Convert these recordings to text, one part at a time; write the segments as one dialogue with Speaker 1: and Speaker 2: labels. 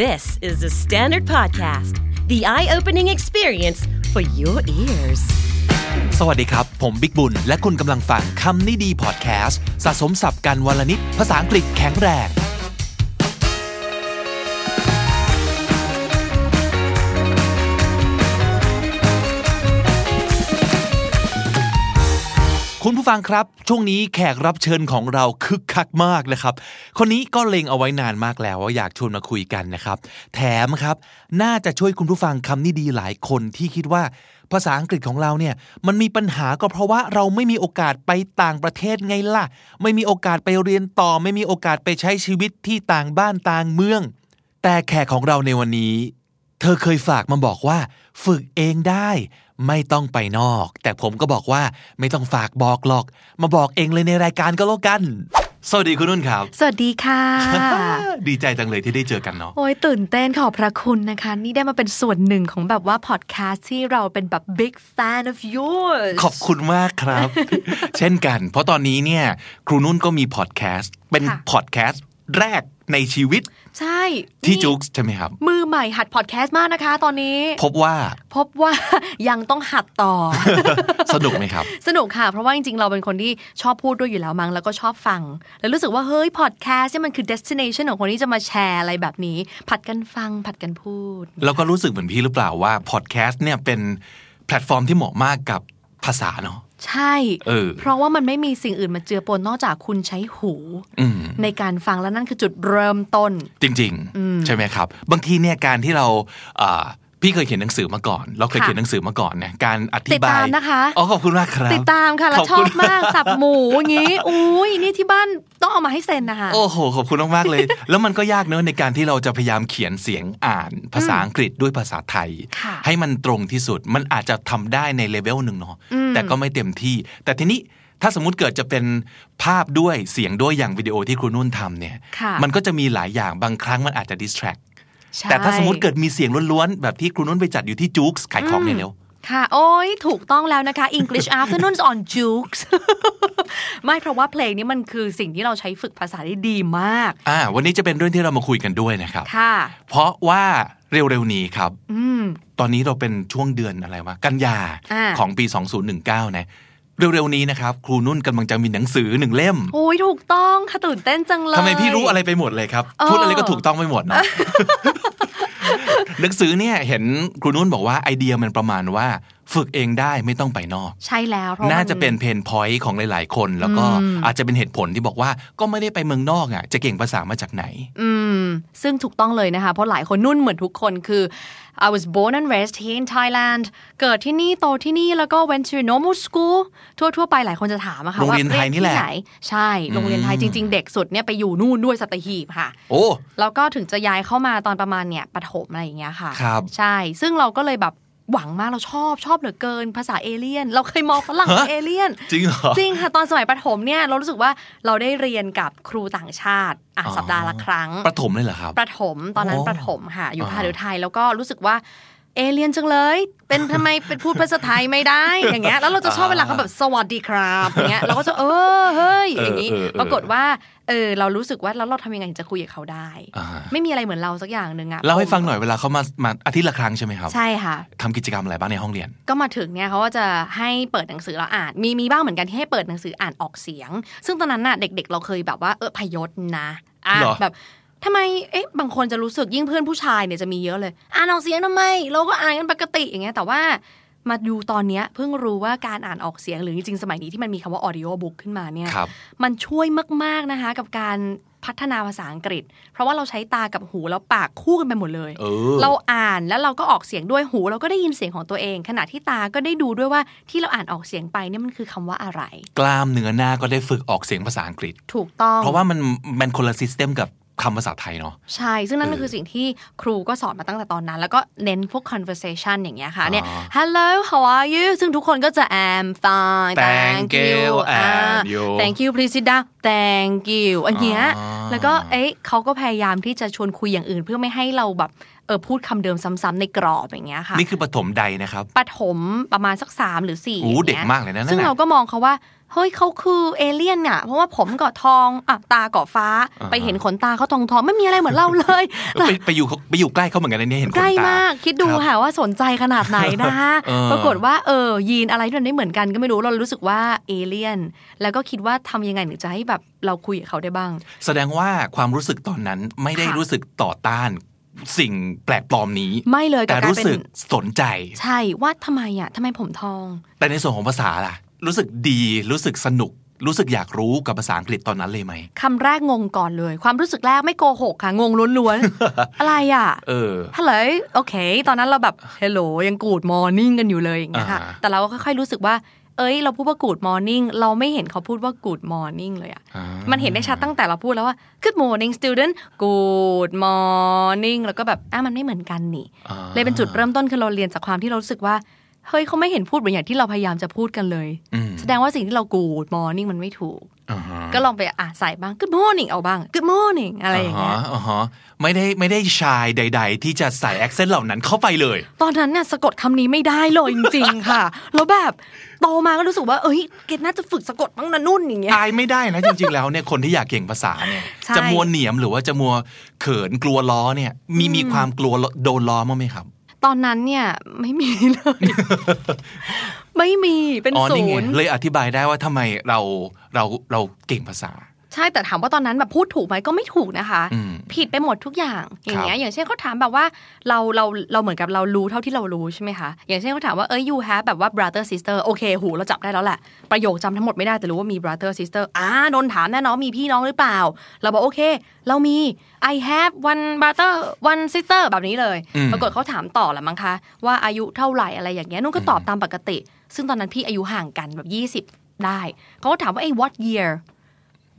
Speaker 1: This is the Standard Podcast, the eye opening experience for your ears.
Speaker 2: สวัสดีครับ ผมบิ๊กบุญ และคุณกำลังฟังคำนี้ดีพอดแคสต์สะสมสับกันวลนิดภาษาอังกฤษแข็งแรง คุณผู้ฟังครับ ช่วงนี้แขกรับเชิญของเราคึกคักมากนะครับ คนนี้ก็เล็งเอาไว้นานมากแล้วว่าอยากชวนมาคุยกันนะครับ แถมครับ น่าจะช่วยคุณผู้ฟังคำนี้ดีหลายคนที่คิดว่า ภาษาอังกฤษของเราเนี่ยมันมีปัญหาก็เพราะว่าเราไม่มีโอกาสไปต่างประเทศไงล่ะ ไม่มีโอกาสไปเรียนต่อ ไม่มีโอกาสไปใช้ชีวิตที่ต่างบ้านต่างเมือง แต่แขกของเราในวันนี้ เธอเคยฝากมาบอกว่า ฝึกเองได้ ไม่ต้องไปนอก แต่ผมก็บอกว่าไม่ต้องฝากบอกหรอก มาบอกเองเลยในรายการก็แล้วกัน สวัสดีคุณนุ่นครับ
Speaker 3: สวัสดี ค่ะ
Speaker 2: ดีใจจังเลยที่ได้เจอกันเนาะ
Speaker 3: โอ้ยตื่นเต้นขอบพระคุณนะคะ นี่ได้มาเป็นส่วนหนึ่งของแบบว่าพอดแคสต์ที่เราเป็นแบบ big fan of yours
Speaker 2: ขอบคุณมากครับ เช่นกัน เพราะตอนนี้เนี่ย ครูนุ่นก็มีพอดแคสต์ เป็น
Speaker 3: ค่ะ
Speaker 2: พอดแคสต์แรกในชีวิต
Speaker 3: ใช่
Speaker 2: ที่
Speaker 3: นี่
Speaker 2: จุกใช่ไหมครับ
Speaker 3: มือใหม่หัดพอดแคสต์มากนะคะตอนนี้
Speaker 2: พบว่า
Speaker 3: พบว่า ยังต้องหัดต่อ
Speaker 2: สนุกไหมครับ
Speaker 3: สนุกค่ะ เพราะว่าจริงๆ เราเป็นคนที่ชอบพูดด้วยอยู่แล้วมั้งแล้วก็ชอบฟัง แล้วรู้สึกว่า เฮ้ย พอดแคสต์เนี่ยมันคือ destination ของคนที่จะมาแชร์อะไรแบบนี้ ผัดกันฟังผัดกันพูด
Speaker 2: แล้วก็รู้สึกเหมือนพี่หรือเปล่าว่าพอดแคสต์เนี่ยเป็นแพลตฟอร์มที่เหมาะมากกับภาษาเนาะ
Speaker 3: ใช่
Speaker 2: เออ
Speaker 3: เพราะว่ามันไม่มีสิ่งอื่นมาเจือปนนอกจากคุณใช้หู
Speaker 2: อืม
Speaker 3: ในการฟังแล้วนั่นคือจุดเริ่มต้น
Speaker 2: จริงๆ ใช่ไหมครับ บางทีเนี่ยการที่เราอ่าพี่เคยเขียนหนังสือมาก่อน เราเคย
Speaker 3: ค่ะ
Speaker 2: เขียนหนังสือมาก่อนเนี่ยการอธิ
Speaker 3: ติด
Speaker 2: บาย
Speaker 3: ตามนะคะ
Speaker 2: อ๋อขอบคุณมากครับ
Speaker 3: ติดตามค่ะ แล้ว
Speaker 2: บ
Speaker 3: ชอ
Speaker 2: คุณ
Speaker 3: บมากสับหมูอย่างนี้ อุ้ยนี่ที่บ้านต้องเอามาให้เซ็นนะคะ
Speaker 2: โอ้โห ขอบคุณมาก ๆ เลย แล้วมันก็ยากเนอะในการที่เราจะพยายามเขียนเสียงอ่านภาษาอังกฤษด้วยภาษาไทย
Speaker 3: ค่ะ
Speaker 2: ให้มันตรงที่สุดมันอาจจะทำได้ในเลเวลหนึ่งเนาะ
Speaker 3: อืม
Speaker 2: แต่ก็ไม่เต็มที่ แต่ทีนี้ถ้าสมมุติเกิดจะเป็นภาพด้วยเสียงด้วยอย่างวิดีโอที่ครูนุ่นทำเนี่ย
Speaker 3: ค่ะ
Speaker 2: มันก็จะมีหลายอย่างบางครั้งมันอาจจะ distract
Speaker 3: ใช่
Speaker 2: แต่ถ้าสมมติเกิดมีเสียงล้วน ๆ แบบที่ครูนุ่นไปจัดอยู่ที่จู๊กส์ขายของเนี่ยเร็ว
Speaker 3: ค่ะ โอ้ยถูกต้องแล้วนะคะ English Afternoons on Jukes ไม่เพราะว่าเพลงนี้มันคือสิ่งที่เราใช้ฝึกภาษาได้ดีมาก
Speaker 2: อ่า วันนี้จะเป็นเรื่องที่เรามาคุยกันด้วยนะครับ
Speaker 3: ค่ะ
Speaker 2: เพราะว่าเร็ว ๆ นี้ครับ
Speaker 3: อืม
Speaker 2: ตอนนี้เราเป็นช่วงเดือนอะไรวะ กันยา
Speaker 3: อ่า
Speaker 2: ของปี 2019 นะ เร็ว ๆ นี้นะครับ ครูนุ่นกำลังจะมีหนังสือหนึ่งเล่ม
Speaker 3: โอ้ยถูกต้องค่ะตื่นเต้นจังเลย
Speaker 2: ทำไมพี่รู้อะไรไปหมดเลยครับ
Speaker 3: เออ
Speaker 2: พูดอะไรก็ถูกต้องไปหมด เนาะ หนังสือเนี่ยเห็นครูนุ่นบอกว่าไอเดียมันประมาณว่า ฝึกเองได้ไม่ต้องไปนอก
Speaker 3: ใช่แล้วเพราะ
Speaker 2: น่าจะ
Speaker 3: มั
Speaker 2: เป็นเพนพอยต์ของหลาย ๆ คน แล้วก็
Speaker 3: อืม
Speaker 2: อาจจะเป็นเหตุผลที่บอกว่าก็ไม่ได้ไปเมืองนอกอ่ะจะเก่งภาษามาจากไหน
Speaker 3: อืม ซึ่งถูกต้องเลยนะคะ เพราะหลายคนนุ่นเหมือนทุกคนคือ I was born and raised here in Thailand เกิดที่นี่โตที่นี่แล้วก็ went to normal school ทั่วทั่วๆไปหลายคนจะถามอะค่ะ
Speaker 2: โรง
Speaker 3: ว่า
Speaker 2: เรียนไทยนี่แหละ
Speaker 3: เรีที่ไใช่โรงเรียนไทยจริง ๆ เด็กสุดเนี่ยไปอยู่นู่นด้วยสัตหีบค่ะ
Speaker 2: โอ้
Speaker 3: แล้วก็ถึงจะย้ายเข้ามาตอนประมาณเนี่ยปฐมอะไรอย่างเงี้ยค่ะ
Speaker 2: ครับ
Speaker 3: ใช่ ซึ่งเราก็เลยแบบหวังมากเราชอบชอบเหลือเกิน ภาษาเอเลี่ยน เราเคยมองฝรั่งเป็นเอเลี่ยน
Speaker 2: จริงเหรอ
Speaker 3: จริงค่ะ ตอนสมัยประถมเนี่ยเรารู้สึกว่าเราได้เรียนกับครูต่างชาติอ่ะ
Speaker 2: อ๋อ
Speaker 3: สัปดาห์ละครั้ง
Speaker 2: ประถมเลยเหรอครับ
Speaker 3: ประถมตอนนั้น
Speaker 2: อ๋อ
Speaker 3: ประถมค่ะ อยู่
Speaker 2: อ่า
Speaker 3: มหาวิทยาลัยแล้วก็รู้สึกว่าเอเลียนจังเลย เป็นทำไมเป็นพูดภาษาไทยไม่ได้อย่างเงี้ยแล้วเราจะชอบเวลาเขาแบบสวัสดีครับอย่างเงี้ยเราก็จะเออเฮ้ยอย่างงี้ ปรากฏว่าเออเรารู้สึกว่าแล้วเราทำยังไงถึงจะคุยกับเขาได้
Speaker 2: อ่า
Speaker 3: ไม่มีอะไรเหมือนเราสักอย่างหนึ่งอะ
Speaker 2: เล่าให้ฟังหน่อยเวลาเขามามาอาทิตย์ละครั้งใช่ไหมครับ
Speaker 3: ใช่ค่ะ
Speaker 2: ทำกิจกรรมอะไรบ้างในห้องเรียน
Speaker 3: ก็มาถึงเนี่ยเขาก็จะให้เปิดหนังสือแล้วอ่าน มีมีบ้างเหมือนกันที่ให้เปิดหนังสืออ่านออกเสียง ซึ่งตอนนั้นน่ะเด็ก ๆ เราเคยแบบว่าเออพยศนะอ่ะ
Speaker 2: เหรอ
Speaker 3: แบบทำไมเอ๊ะบางคนจะรู้สึกยิ่งเพื่อนผู้ชายเนี่ยจะมีเยอะเลย อ่านออกเสียงทำไม เราก็อ่านกันปกติอย่างเงี้ยแต่ว่ามาดูตอนเนี้ยเพิ่งรู้ว่าการอ่านออกเสียงหรือจริงๆสมัยนี้ที่มันมีคำว่า audio book ขึ้นมาเนี่ย
Speaker 2: ครับ
Speaker 3: มันช่วยมาก ๆ นะคะ กับการพัฒนาภาษาอังกฤษ เพราะว่าเราใช้ตากับหูแล้วปากคู่กันไปหมดเลย
Speaker 2: เออ
Speaker 3: เราอ่านแล้วเราก็ออกเสียงด้วยหูเราก็ได้ยินเสียงของตัวเอง ขณะที่ตาก็ได้ดูด้วยว่าที่เราอ่านออกเสียงไปเนี่ยมันคือคำว่าอะไร
Speaker 2: กล้ามเนื้อหน้าก็ได้ฝึกออกเสียงภาษาอังกฤษ
Speaker 3: ถูกต้อง
Speaker 2: เพราะว่ามันมันคนละซิสเต็มกับคำภาษาไทยเนาะ
Speaker 3: ใช่ ซึ่งนั่น
Speaker 2: เออ
Speaker 3: ก็คือสิ่งที่ครูก็สอนมาตั้งแต่ตอนนั้น แล้วก็เน้นพวก conversation อย่างเงี้ยค่ะ
Speaker 2: อ๋อ
Speaker 3: เนี่ย hello how are you ซึ่งทุกคนก็จะ I'm fine
Speaker 2: Thank you
Speaker 3: อ่า
Speaker 2: and you
Speaker 3: thank you please sit down thank you อันเนี้ย
Speaker 2: อ๋อ
Speaker 3: แล้วก็เอ๊ะเขาก็พยายามที่จะชวนคุยอย่างอื่น เพื่อไม่ให้เราแบบเออพูดคำเดิมซ้ำๆในกรอบอย่างเงี้ยค่ะ
Speaker 2: นี่คือปฐมใดนะครับ
Speaker 3: ปฐมประมาณสักสามหรือสี่
Speaker 2: โอ้
Speaker 3: ย่างงี้ย
Speaker 2: เด็กมากเลยนะนั่นน่ะ
Speaker 3: ซึ่งเราก็มองเขาว่า เฮ้ยเขาคือเอเลี่ยนอ่ะเพราะว่าผมเกาะทองอ่ะตาเกาะฟ้า
Speaker 2: อ่า
Speaker 3: ไปเห็นขนตาเขาทองทองๆไม่มีอะไรเหมือนเรา เลย
Speaker 2: ไปไปอยู่เขาไปอยู่ใกล้เขาเหมือนกันนะเนี่ยเห็นขน
Speaker 3: ใกล้
Speaker 2: ตา
Speaker 3: มากคิดดู
Speaker 2: ครับ
Speaker 3: ค่ะว่าสนใจขนาดไหนนะคะ
Speaker 2: เออ
Speaker 3: ปรากฏว่าเออยีนอะไรที่มันไม่เหมือนกันก็ไม่รู้เรารู้สึกว่าเอเลี่ยน แล้วก็คิดว่าทำยังไงถึงจะให้แบบเราคุยกับเขาได้บ้าง
Speaker 2: แสดงว่าความรู้สึกตอนนั้นไม่ได้
Speaker 3: ค่ะ
Speaker 2: รู้สึกต่อต้านสิ่งแปลกปลอมนี้
Speaker 3: ไม่เลย
Speaker 2: แต่
Speaker 3: บกลาย
Speaker 2: รู้
Speaker 3: เป็น
Speaker 2: สึกสนใจ
Speaker 3: ใช่ว่าทำไมอ่ะทำไมผมทอง
Speaker 2: แต่ในส่วนของภาษาล่ะ รู้สึกดีรู้สึกสนุก รู้สึกอยากรู้กับภาษาอังกฤษตอนนั้นเลยไหม
Speaker 3: คำแรกงงก่อนเลย ความรู้สึกแรกไม่โกหกค่ะ งงล้วน ๆ อะไรอ่ะ
Speaker 2: เออ
Speaker 3: ฮัลโหลโอเค ตอนนั้นเราแบบฮัลโหลยังกูดมอร์นิ่งกันอยู่เลยอย่างเงี้ยค่ะ
Speaker 2: อ่าฮะ
Speaker 3: แต่เราก็ค่อยๆรู้สึกว่า เอ้ย เราพูดว่ากูดมอร์นิ่งเราไม่เห็นเขาพูดว่ากูดมอร์นิ่งเลยอ่ะ
Speaker 2: อ่า
Speaker 3: มันเห็นได้ชัดตั้งแต่เราพูดแล้วว่า Good morning student Good morning แล้วก็แบบอ่ะมันไม่เหมือนกันนี่
Speaker 2: อ่า
Speaker 3: เลยเป็นจุดเริ่มต้นคือเราเรียนจากความที่เรารู้สึกว่า เฮ้ยเขาไม่เห็นพูดเหมือนอย่างที่เราพยายามจะพูดกันเลย
Speaker 2: อืม
Speaker 3: แสดงว่าสิ่งที่เรา Good morning มันไม่ถูก
Speaker 2: อ่าฮะ
Speaker 3: ก็ลองไปอ่ะใส่บ้าง Good morning เอาบ้าง Good morning อะไรอย่างเงี้ย
Speaker 2: ฮะอ่าฮะไม่ได้ไม่ได้ชายใด ๆ ที่จะใส่แอคเซนต์เหล่านั้นเข้าไปเลย
Speaker 3: ตอนนั้นเนี่ยสะกดคำนี้ไม่ได้เลยจริงๆค่ะ แล้วแบบโตมาก็รู้สึกว่า เอ้ย เกดน่าจะฝึกสะกดบ้างนะนุ่นอย่างเงี้ย
Speaker 2: อายไม่ได้นะจริงๆแล้วเนี่ยคนที่อยากเก่งภาษาเนี่ย
Speaker 3: ใช่
Speaker 2: จะมัวเหนียมหรือว่าจะมัวเขินกลัวล้อเนี่ย มีมีความกลัวโดนล้อมั้างไหมครับ
Speaker 3: ตอนนั้นเนี่ยไม่มีเลย ไม่มีเป็น
Speaker 2: อ๋อ
Speaker 3: ศู
Speaker 2: นี่ไง
Speaker 3: นย์
Speaker 2: เลยอธิบายได้ว่าทำไมเราเราเราเก่งภาษา
Speaker 3: ใช่แต่ถามว่าตอนนั้นแบบพูดถูกไหมก็ไม่ถูกนะคะ
Speaker 2: อืม
Speaker 3: ผิดไปหมดทุกอย่างอย่างเงี้
Speaker 2: ครับ
Speaker 3: ยอย่างเช่นเขาถามแบบว่าเราเราเราเหมือนกับเรารู้เท่าที่เรารู้ใช่ไหมคะ อย่างเช่นเขาถามว่าเอ้ย you have แบบว่า brother sister โอเคหูเราจับได้แล้วแหละประโยคจำทั้งหมดไม่ได้แต่รู้ว่ามี brother sister อ่าโดนถามแน่เนอนมีพี่น้องหรือเปล่า เราบอกโอเค เรามี I have one brother one sister แบบนี้เลย
Speaker 2: อืม
Speaker 3: ปรากฏเขาถามต่อละมั้งคะว่าอายุเท่าไหร่อะไรอย่างเงี้ยนุ่นก็ตอบตามปกติ ซึ่งตอนนั้นพี่อายุห่างกันแบบ 20 ได้เขาก็ถามว่าไอ้ what year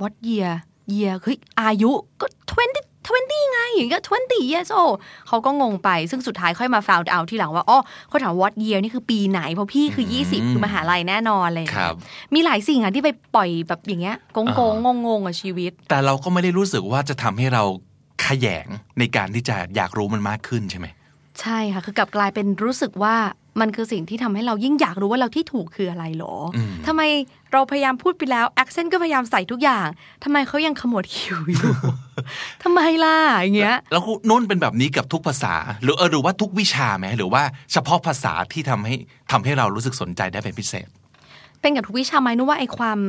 Speaker 3: what year year คืออายุก็ 20 20 ไงอย่างเงี้ย20 years old เขาก็งงไป ซึ่งสุดท้ายค่อยมา found out ทีหลังว่า อ๋อเขาถาม what year นี่คือปีไหน เพราะพี่คือ 20 คือมหาลัยแน่นอนอะไรอย่าง
Speaker 2: ค
Speaker 3: เล
Speaker 2: รั
Speaker 3: ย
Speaker 2: บ
Speaker 3: มีหลายสิ่งอ่ะที่ไปปล่อยแบบอย่างเงี้ยโกงโกงงงงๆอะชีวิต
Speaker 2: แต่เราก็ไม่ได้รู้สึกว่าจะทำให้เราขยงในการที่จะอยากรู้มันมากขึ้นใช่ไหม
Speaker 3: ใช่ค่ะ คือกลับกลายเป็นรู้สึกว่ามันคือสิ่งที่ทำให้เรายิ่งอยากรู้ว่าเราที่ถูกคืออะไรหรออ
Speaker 2: ม
Speaker 3: ทำไมเราพยายามพูดไปแล้วแอคเซนต์ก็พยายามใส่ทุกอย่างทำไมเขายังขมวดคิ้วอยู่ ทำไมล่ะอย่างเงี้ย
Speaker 2: แล้วนุ่นเป็นแบบนี้กับทุกภาษา หรือเออหรือว่าทุกวิชาไหมหรือว่าเฉพาะภาษาที่ทำให้ทำให้เรารู้สึกสนใจได้เป็นพิเศษ
Speaker 3: เป็นกับทุกวิชาไหมนึกว่าไอ้ความ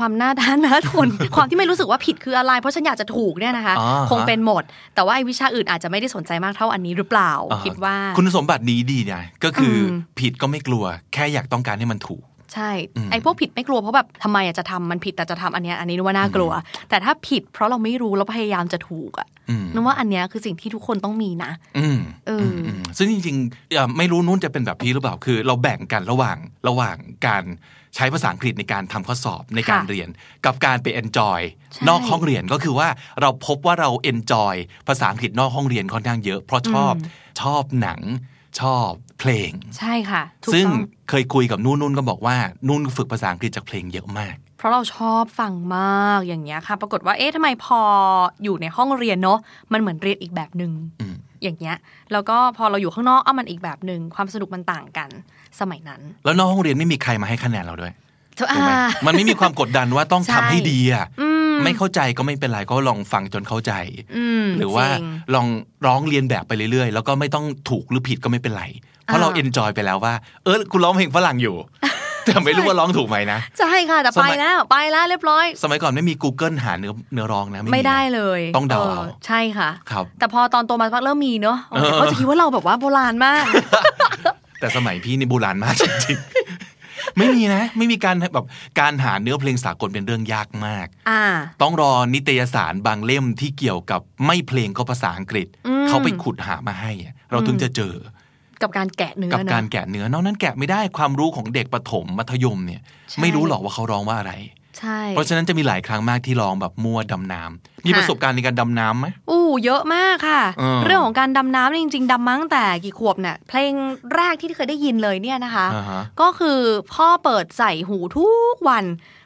Speaker 3: ความหน้าด้านหน้าท น ความที่ไม่รู้สึกว่าผิดคืออะไร เพราะฉันอยากจะถูกเนี่ยนะคะ
Speaker 2: อ่าฮะ
Speaker 3: คงเป็นหมด แต่ว่าไอ้วิชาอื่นอาจจะไม่ได้สนใจมากเท่าอันนี้หรือเปล่า
Speaker 2: อ่
Speaker 3: คิดว่า
Speaker 2: คุณสมบัตินี้ดีนะก็คืออ
Speaker 3: ม
Speaker 2: ผิดก็ไม่กลัว แค่อยากต้องการให้มันถูก
Speaker 3: ใช่ ไอ้พวกผิดไม่กลัวเพราะแบบทำไมอาจจะทำมันผิดแต่จะทำอันเนี้ยอันนี้นึกว่าน่ากลัว แต่ถ้าผิดเพราะเราไม่รู้แล้วพยายามจะถูกอะ
Speaker 2: อืม
Speaker 3: นึกว่าอันเนี้ยคือสิ่งที่ทุกคนต้องมีนะ
Speaker 2: อืม
Speaker 3: เออ
Speaker 2: ม
Speaker 3: อื
Speaker 2: มซึ่งจริงๆเอ่อไม่รู้นุ่นจะเป็นแบบพี่หรือเปล่า คือ เราแบ่งกันระหว่างระหว่างการใช้ภาษาอังกฤษในการทำข้อสอบในการ
Speaker 3: ค่ะ
Speaker 2: เรียน กับการไป enjoy
Speaker 3: ใช่
Speaker 2: นอกห้องเรียนก็คือว่าเราพบว่าเรา enjoy ภาษาอังกฤษนอกห้องเรียนค่อนข้างเยอะ เพราะชอบชอบหนังชอบเพลง
Speaker 3: ใช่ค่ะถูก
Speaker 2: ซึ่ง
Speaker 3: ต้อง
Speaker 2: เคยคุยกับนุ่นนุ่นก็บอกว่านุ่นฝึกภาษาอังกฤษจากเพลงเยอะมาก
Speaker 3: เพราะเราชอบฟังมากอย่างเงี้ยค่ะ ปรากฏว่าเอ๊ะทำไมพออยู่ในห้องเรียนเนาะมันเหมือนเรียนอีกแบบหนึ่ง
Speaker 2: อืม
Speaker 3: อย่างเงี้ยแล้วก็พอเราอยู่ข้างนอกเอามันอีกแบบหนึ่งความสนุกมันต่างกันสมัยนั้น
Speaker 2: แล้วนอกห้องเรียนไม่มีใครมาให้คะแนนเราด้วย
Speaker 3: ถูก
Speaker 2: ถูกไหม
Speaker 3: อ่า
Speaker 2: มันไม่มีความกดดันว่าต้อง
Speaker 3: ใช่
Speaker 2: ทำให้ดีอ่ะไม่เข้าใจก็ไม่เป็นไรก็ลองฟังจนเข้าใจ
Speaker 3: ม
Speaker 2: หรือว่า
Speaker 3: จริง
Speaker 2: ลองร้องเรียนแบบไปเรื่อยๆ แล้วก็ไม่ต้องถูกหรือผิดก็ไม่เป็นไร เพราะ
Speaker 3: อ่า
Speaker 2: เราเอนจอยไปแล้วว่า เออคุณร้องเพลงฝรั่ง อยู่ แต่ไม่รู้ว่าร้องถูกไหมนะ
Speaker 3: ใช่ค่ะแต่
Speaker 2: ส
Speaker 3: ไป
Speaker 2: มัย
Speaker 3: แล้วไปแล้วเรียบร้อย
Speaker 2: สมัยก่อนไม่มี Google หาเนื้อเนื้อร้องนะ
Speaker 3: ไม่
Speaker 2: นะ
Speaker 3: ได้เลย
Speaker 2: ต้องเดาเอา
Speaker 3: ใช่ค่ะ
Speaker 2: ครับ
Speaker 3: แต่พอตอนโตมาสักพักเริ่มมีเนอะ
Speaker 2: เออ
Speaker 3: เขาจะคิดว่าเราแบบว่าโบราณมาก
Speaker 2: แต่สมัยพี่นี่โบราณมากจริงๆ ไม่มีนะ ไม่มีการแบบการหาเนื้อเพลงสากลเป็นเรื่องยากมาก
Speaker 3: อ่า
Speaker 2: ต้องรอนิตยสารบางเล่มที่เกี่ยวกับไม่เพลงก็ภาษาอังกฤษ
Speaker 3: อืม
Speaker 2: เขาไปขุดหามาให้อะเราถึงจะเจอ
Speaker 3: กับการแกะเนื้อ
Speaker 2: กับ
Speaker 3: เน
Speaker 2: กา
Speaker 3: อะ
Speaker 2: รแกะเนื้อนอกนั้นแกะไม่ได้ความรู้ของเด็กประถมมัธยมเนี่ย
Speaker 3: ใช่
Speaker 2: ไม่รู้หรอกว่าเขาร้องว่าอะไร
Speaker 3: ใช่
Speaker 2: เพราะฉะนั้นจะมีหลายครั้งมากที่ร้องแบบมั่วดำน้ำมีประสบการณ์ในการดำน้ำไหม
Speaker 3: อู้เยอะมากค่ะ
Speaker 2: เออ
Speaker 3: เรื่องของการดำน้ำเนี่ยจริง ๆดำมาตั้งแต่กี่ขวบเนี่ยเพลงแรกที่เคยได้ยินเลยเนี่ยนะคะ
Speaker 2: อ่าฮะ
Speaker 3: ก็คือพ่อเปิดใส่หูทุกวัน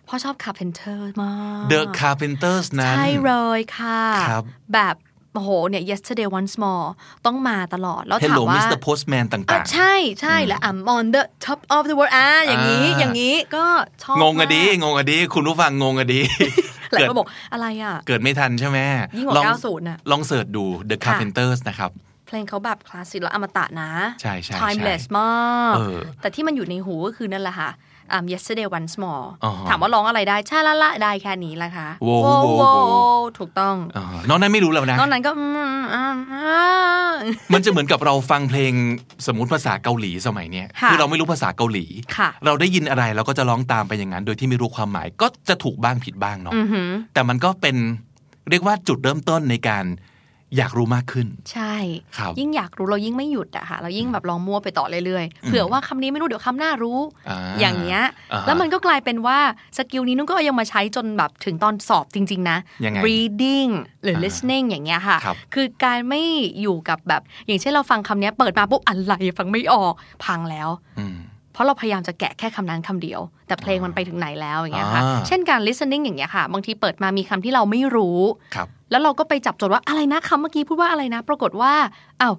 Speaker 3: พ่อชอบคาเพนเทอร์มาก
Speaker 2: The Carpenters นั้น
Speaker 3: ใช่เลยค่ะ
Speaker 2: ครับ
Speaker 3: แบบ โอ้โหเนี่ย yesterday once more ต้องมาตลอด แล้วถาม
Speaker 2: Hello
Speaker 3: ว่า
Speaker 2: Mr. Postman
Speaker 3: อ่ะ
Speaker 2: ต่าง
Speaker 3: ใช่ใช่แล้ว I'm on the top of the world อ่ะอย่างนี้
Speaker 2: อ่า
Speaker 3: อย่างนี้ก็ชอบ
Speaker 2: ๆ งงอะดี
Speaker 3: มาก
Speaker 2: งงอะดี คุณผู้ฟังงงอะดี
Speaker 3: หลาย
Speaker 2: เกิด
Speaker 3: คนบอกอะไรอ่ะ
Speaker 2: เกิดไม่ทันใช่ไหม
Speaker 3: ยิ่งกว่า
Speaker 2: ลอ
Speaker 3: 90น่ะ
Speaker 2: ลองเสิร์ชดู The
Speaker 3: ค่ะ
Speaker 2: Carpenters นะครับ
Speaker 3: เพลงเขาแบบคลาสสิกแล้วอมตะนะ
Speaker 2: ใช่ใช่ใช่
Speaker 3: timeless มาก
Speaker 2: เออ
Speaker 3: แต่ที่มันอยู่ในหูก็คือนั่นแหละค่ะอ่ะ yesterday once more
Speaker 2: อ่าฮะ
Speaker 3: ถามว่าร้องอะไรได้ชาละละได้แค่นี้แหละค่ะ
Speaker 2: โว้โว้โว้
Speaker 3: โว้ถูกต้อง
Speaker 2: อ่านอกนั้นไม่รู้แล้วนะ
Speaker 3: นอกนั้นก็อืมอืมอืม
Speaker 2: มันจะเหมือนกับเราฟังเพลงสมมติภาษาเกาหลีสมัยเนี้ย
Speaker 3: ค่ะ
Speaker 2: คือเราไม่รู้ภาษาเกาหลี
Speaker 3: ค่ะ
Speaker 2: เราได้ยินอะไรเราก็จะร้องตามไปอย่างนั้น โดยที่ไม่รู้ความหมายก็จะถูกบ้างผิดบ้างเนาะ
Speaker 3: อือหือ
Speaker 2: แต่มันก็เป็นเรียกว่าจุดเริ่มต้นในการอยากรู้มากขึ้น
Speaker 3: ใช่
Speaker 2: ครับ
Speaker 3: ยิ่งอยากรู้เรายิ่งไม่หยุดอะค่ะเรายิ่งแบบลองมั่วไปต่อเรื่อยๆเผื่อว่าคำนี้ไม่รู้เดี๋ยวคำหน้ารู้
Speaker 2: อ่า
Speaker 3: อย่างเงี้ย
Speaker 2: อ่าฮะ
Speaker 3: แล้วมันก็กลายเป็นว่าสกิลนี้นุ่นก็เอายังมาใช้จนแบบถึงตอนสอบจริง ๆ นะ
Speaker 2: ยังไง
Speaker 3: reading หรือ
Speaker 2: อ่า
Speaker 3: listening อย่างเงี้ยค่ะ
Speaker 2: ครับ
Speaker 3: คือการไม่อยู่กับแบบ อย่างเช่นเราฟังคำเนี้ยเปิดมาปุ๊บอะไรฟังไม่ออกพังแล้ว
Speaker 2: อืม
Speaker 3: เพราะเราพยายามจะแกะแค่คำนั้นคำเดียว แต่เพลงมันไปถึงไหนแล้วอย่างเงี้ยค่ะ
Speaker 2: อ่า
Speaker 3: เช่นการ listening อย่างเงี้ยค่ะ บางทีเปิดมามีคำที่เราไม่รู้
Speaker 2: ครับ
Speaker 3: แล้วเราก็ไปจับจดว่าอะไรนะคำเมื่อกี้พูดว่าอะไรนะ ปรากฏว่าอา้าว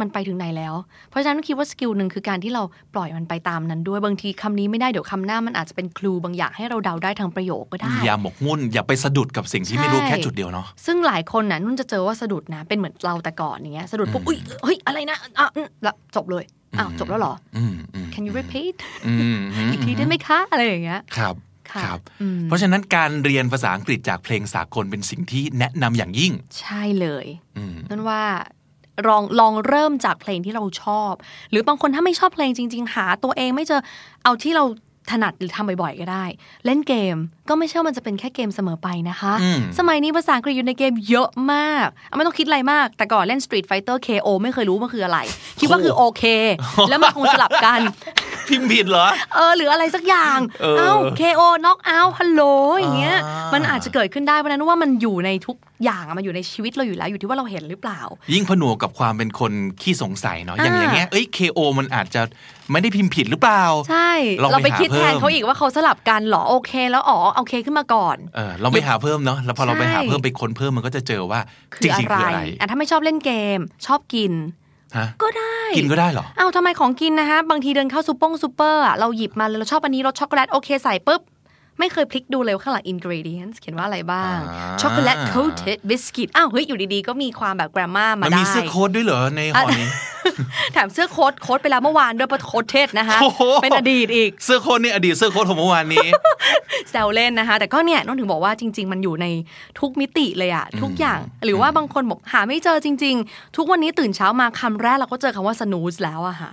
Speaker 3: มันไปถึงไหนแล้ว เพราะฉะนั้นคิดว่าสกิลหนึ่งคือการที่เราปล่อยมันไปตามนั้นด้วยบางทีคำนี้ไม่ได้เดี๋ยวคำหน้ามันอาจจะเป็นคลูบางอย่างให้เราเดาได้ทางประโยคก็ได้
Speaker 2: อย่าหมกมุ่น อย่าไปสะดุดกับสิ่งที่ไม่รู้
Speaker 3: ใช่
Speaker 2: แค่จุดเดียวเนาะ
Speaker 3: ซึ่งหลายคนนะนุ่นจะเจอว่าสะดุดนะ เป็นเหมือนเราแต่ก่อนอย่างเงี้ยสะดุดปุ๊บอุ้ยเฮ้ยอะไรนะอ่ะอืมแล้วจบเลยอ้าว
Speaker 2: อืม
Speaker 3: จบแล้วเหรอ
Speaker 2: อืมอืม
Speaker 3: can you repeat
Speaker 2: อืมม
Speaker 3: อีกทีได้ไหมคะ อะไรอย่างเงี้ย
Speaker 2: ครับ
Speaker 3: ค่ะ
Speaker 2: ครับ
Speaker 3: อืม
Speaker 2: เพราะฉะนั้นการเรียนภาษาอังกฤษจากเพลงสากลเป็นสิ่งที่แนะนำอย่างยิ่ง
Speaker 3: ใช่เลย
Speaker 2: อืม
Speaker 3: นั่นว่าลองลองเริ่มจากเพลงที่เราชอบ หรือบางคนถ้าไม่ชอบเพลงจริง ๆ หาตัวเองไม่เจอเอาที่เราถนัดหรือทำบ่อยๆก็ได้ เล่นเกมก็ไม่ใช่ว่ามันจะเป็นแค่เกมเสมอไปนะคะ
Speaker 2: อืม
Speaker 3: สมัยนี้ภาษาอังกฤษอยู่ในเกมเยอะมากอ่ะไม่ต้องคิดอะไรมาก แต่ก่อนเล่น Street Fighter KO ไม่เคยรู้มันคืออะไร คิดว่าคือโอเค แล้วมันคงสลับกัน
Speaker 2: พิมพ์ผิดเหรอ
Speaker 3: เออหรืออะไรสักอย่าง
Speaker 2: เออ
Speaker 3: เอ้า KO knock out ฮัลโหลอย่างเงี้ย
Speaker 2: อ่ามั
Speaker 3: มันอาจจะเกิดขึ้นได้เพราะฉะนั้นว่ามันอยู่ในทุกอย่างอะมันอยู่ในชีวิตเราอยู่แล้วอยู่ที่ว่าเราเห็นหรือเปล่า
Speaker 2: ยิ่งผนวกกับความเป็นคนขี้สงสัยเนาะอย่าง
Speaker 3: อ่า
Speaker 2: อย่างเงี้ยเอ้ย KO มันอาจจะไม่ได้พิมพ์ผิดหรือเปล่า
Speaker 3: ใช่
Speaker 2: ลองไป
Speaker 3: เราไป
Speaker 2: หา
Speaker 3: คิดแทน
Speaker 2: เพิ่ม
Speaker 3: เขาอีกว่าเขาสลับกันเหรอโอเคแล้วอ๋อโอเคขึ้นมาก่อน
Speaker 2: เออเราไปหาเพิ่มเนาะแล้วพอเราไปหา
Speaker 3: ใช่
Speaker 2: เพิ่มไปค้นเพิ่มมันก็จะเจอว่า
Speaker 3: คื
Speaker 2: จ
Speaker 3: ออะ
Speaker 2: ริงๆ
Speaker 3: ไร
Speaker 2: คืออะไร
Speaker 3: อ่ะถ้าไม่ชอบเล่นเกม ชอบกิน
Speaker 2: ฮะ
Speaker 3: ก็ได้
Speaker 2: กินก็ได้เหรอ
Speaker 3: เอ้าทำไมของกินนะคะบางทีเดินเข้าซูเปอร์ซูเปอร์อ่ะเราหยิบมาเลยเราชอบอันนี้รสช็อกโกแลตโอเคใส่ปุ๊บ ไม่เคยพลิกดูเลยว่าข้างหลังอินกรีเดียนเขียนว่าอะไรบ้าง
Speaker 2: อ่า
Speaker 3: ช็อกโกแลตโคเทดบิสกิตอ้าวเฮ้ยอยู่ดีๆ ก็มีความแบบแกรมมามา
Speaker 2: มัน
Speaker 3: ได้
Speaker 2: มีเสื้อโค้ดด้วยเหรอในห่อ นี้
Speaker 3: แถมเสื้อโค้ทโค้ทไปแล้วเมื่อวานด้วยเพราะโค้ทเทดนะคะ
Speaker 2: โอ้โห
Speaker 3: เป็นอดีตอีก
Speaker 2: เสื้อโค้ดนี่อดีตเสื้อโค้ดของเมื่อวานนี้
Speaker 3: แซวเล่นนะคะ แต่ก็เนี่ยน้องถึงบอกว่าจริง ๆ มันอยู่ในทุกมิติเลยอะทุกอย่าง หรือว่าบางคนบอกหาไม่เจอจริง ๆ ทุกวันนี้ตื่นเช้ามาคำแรกเราก็เจอคำว่า snooze แล้วอะ ค่ะ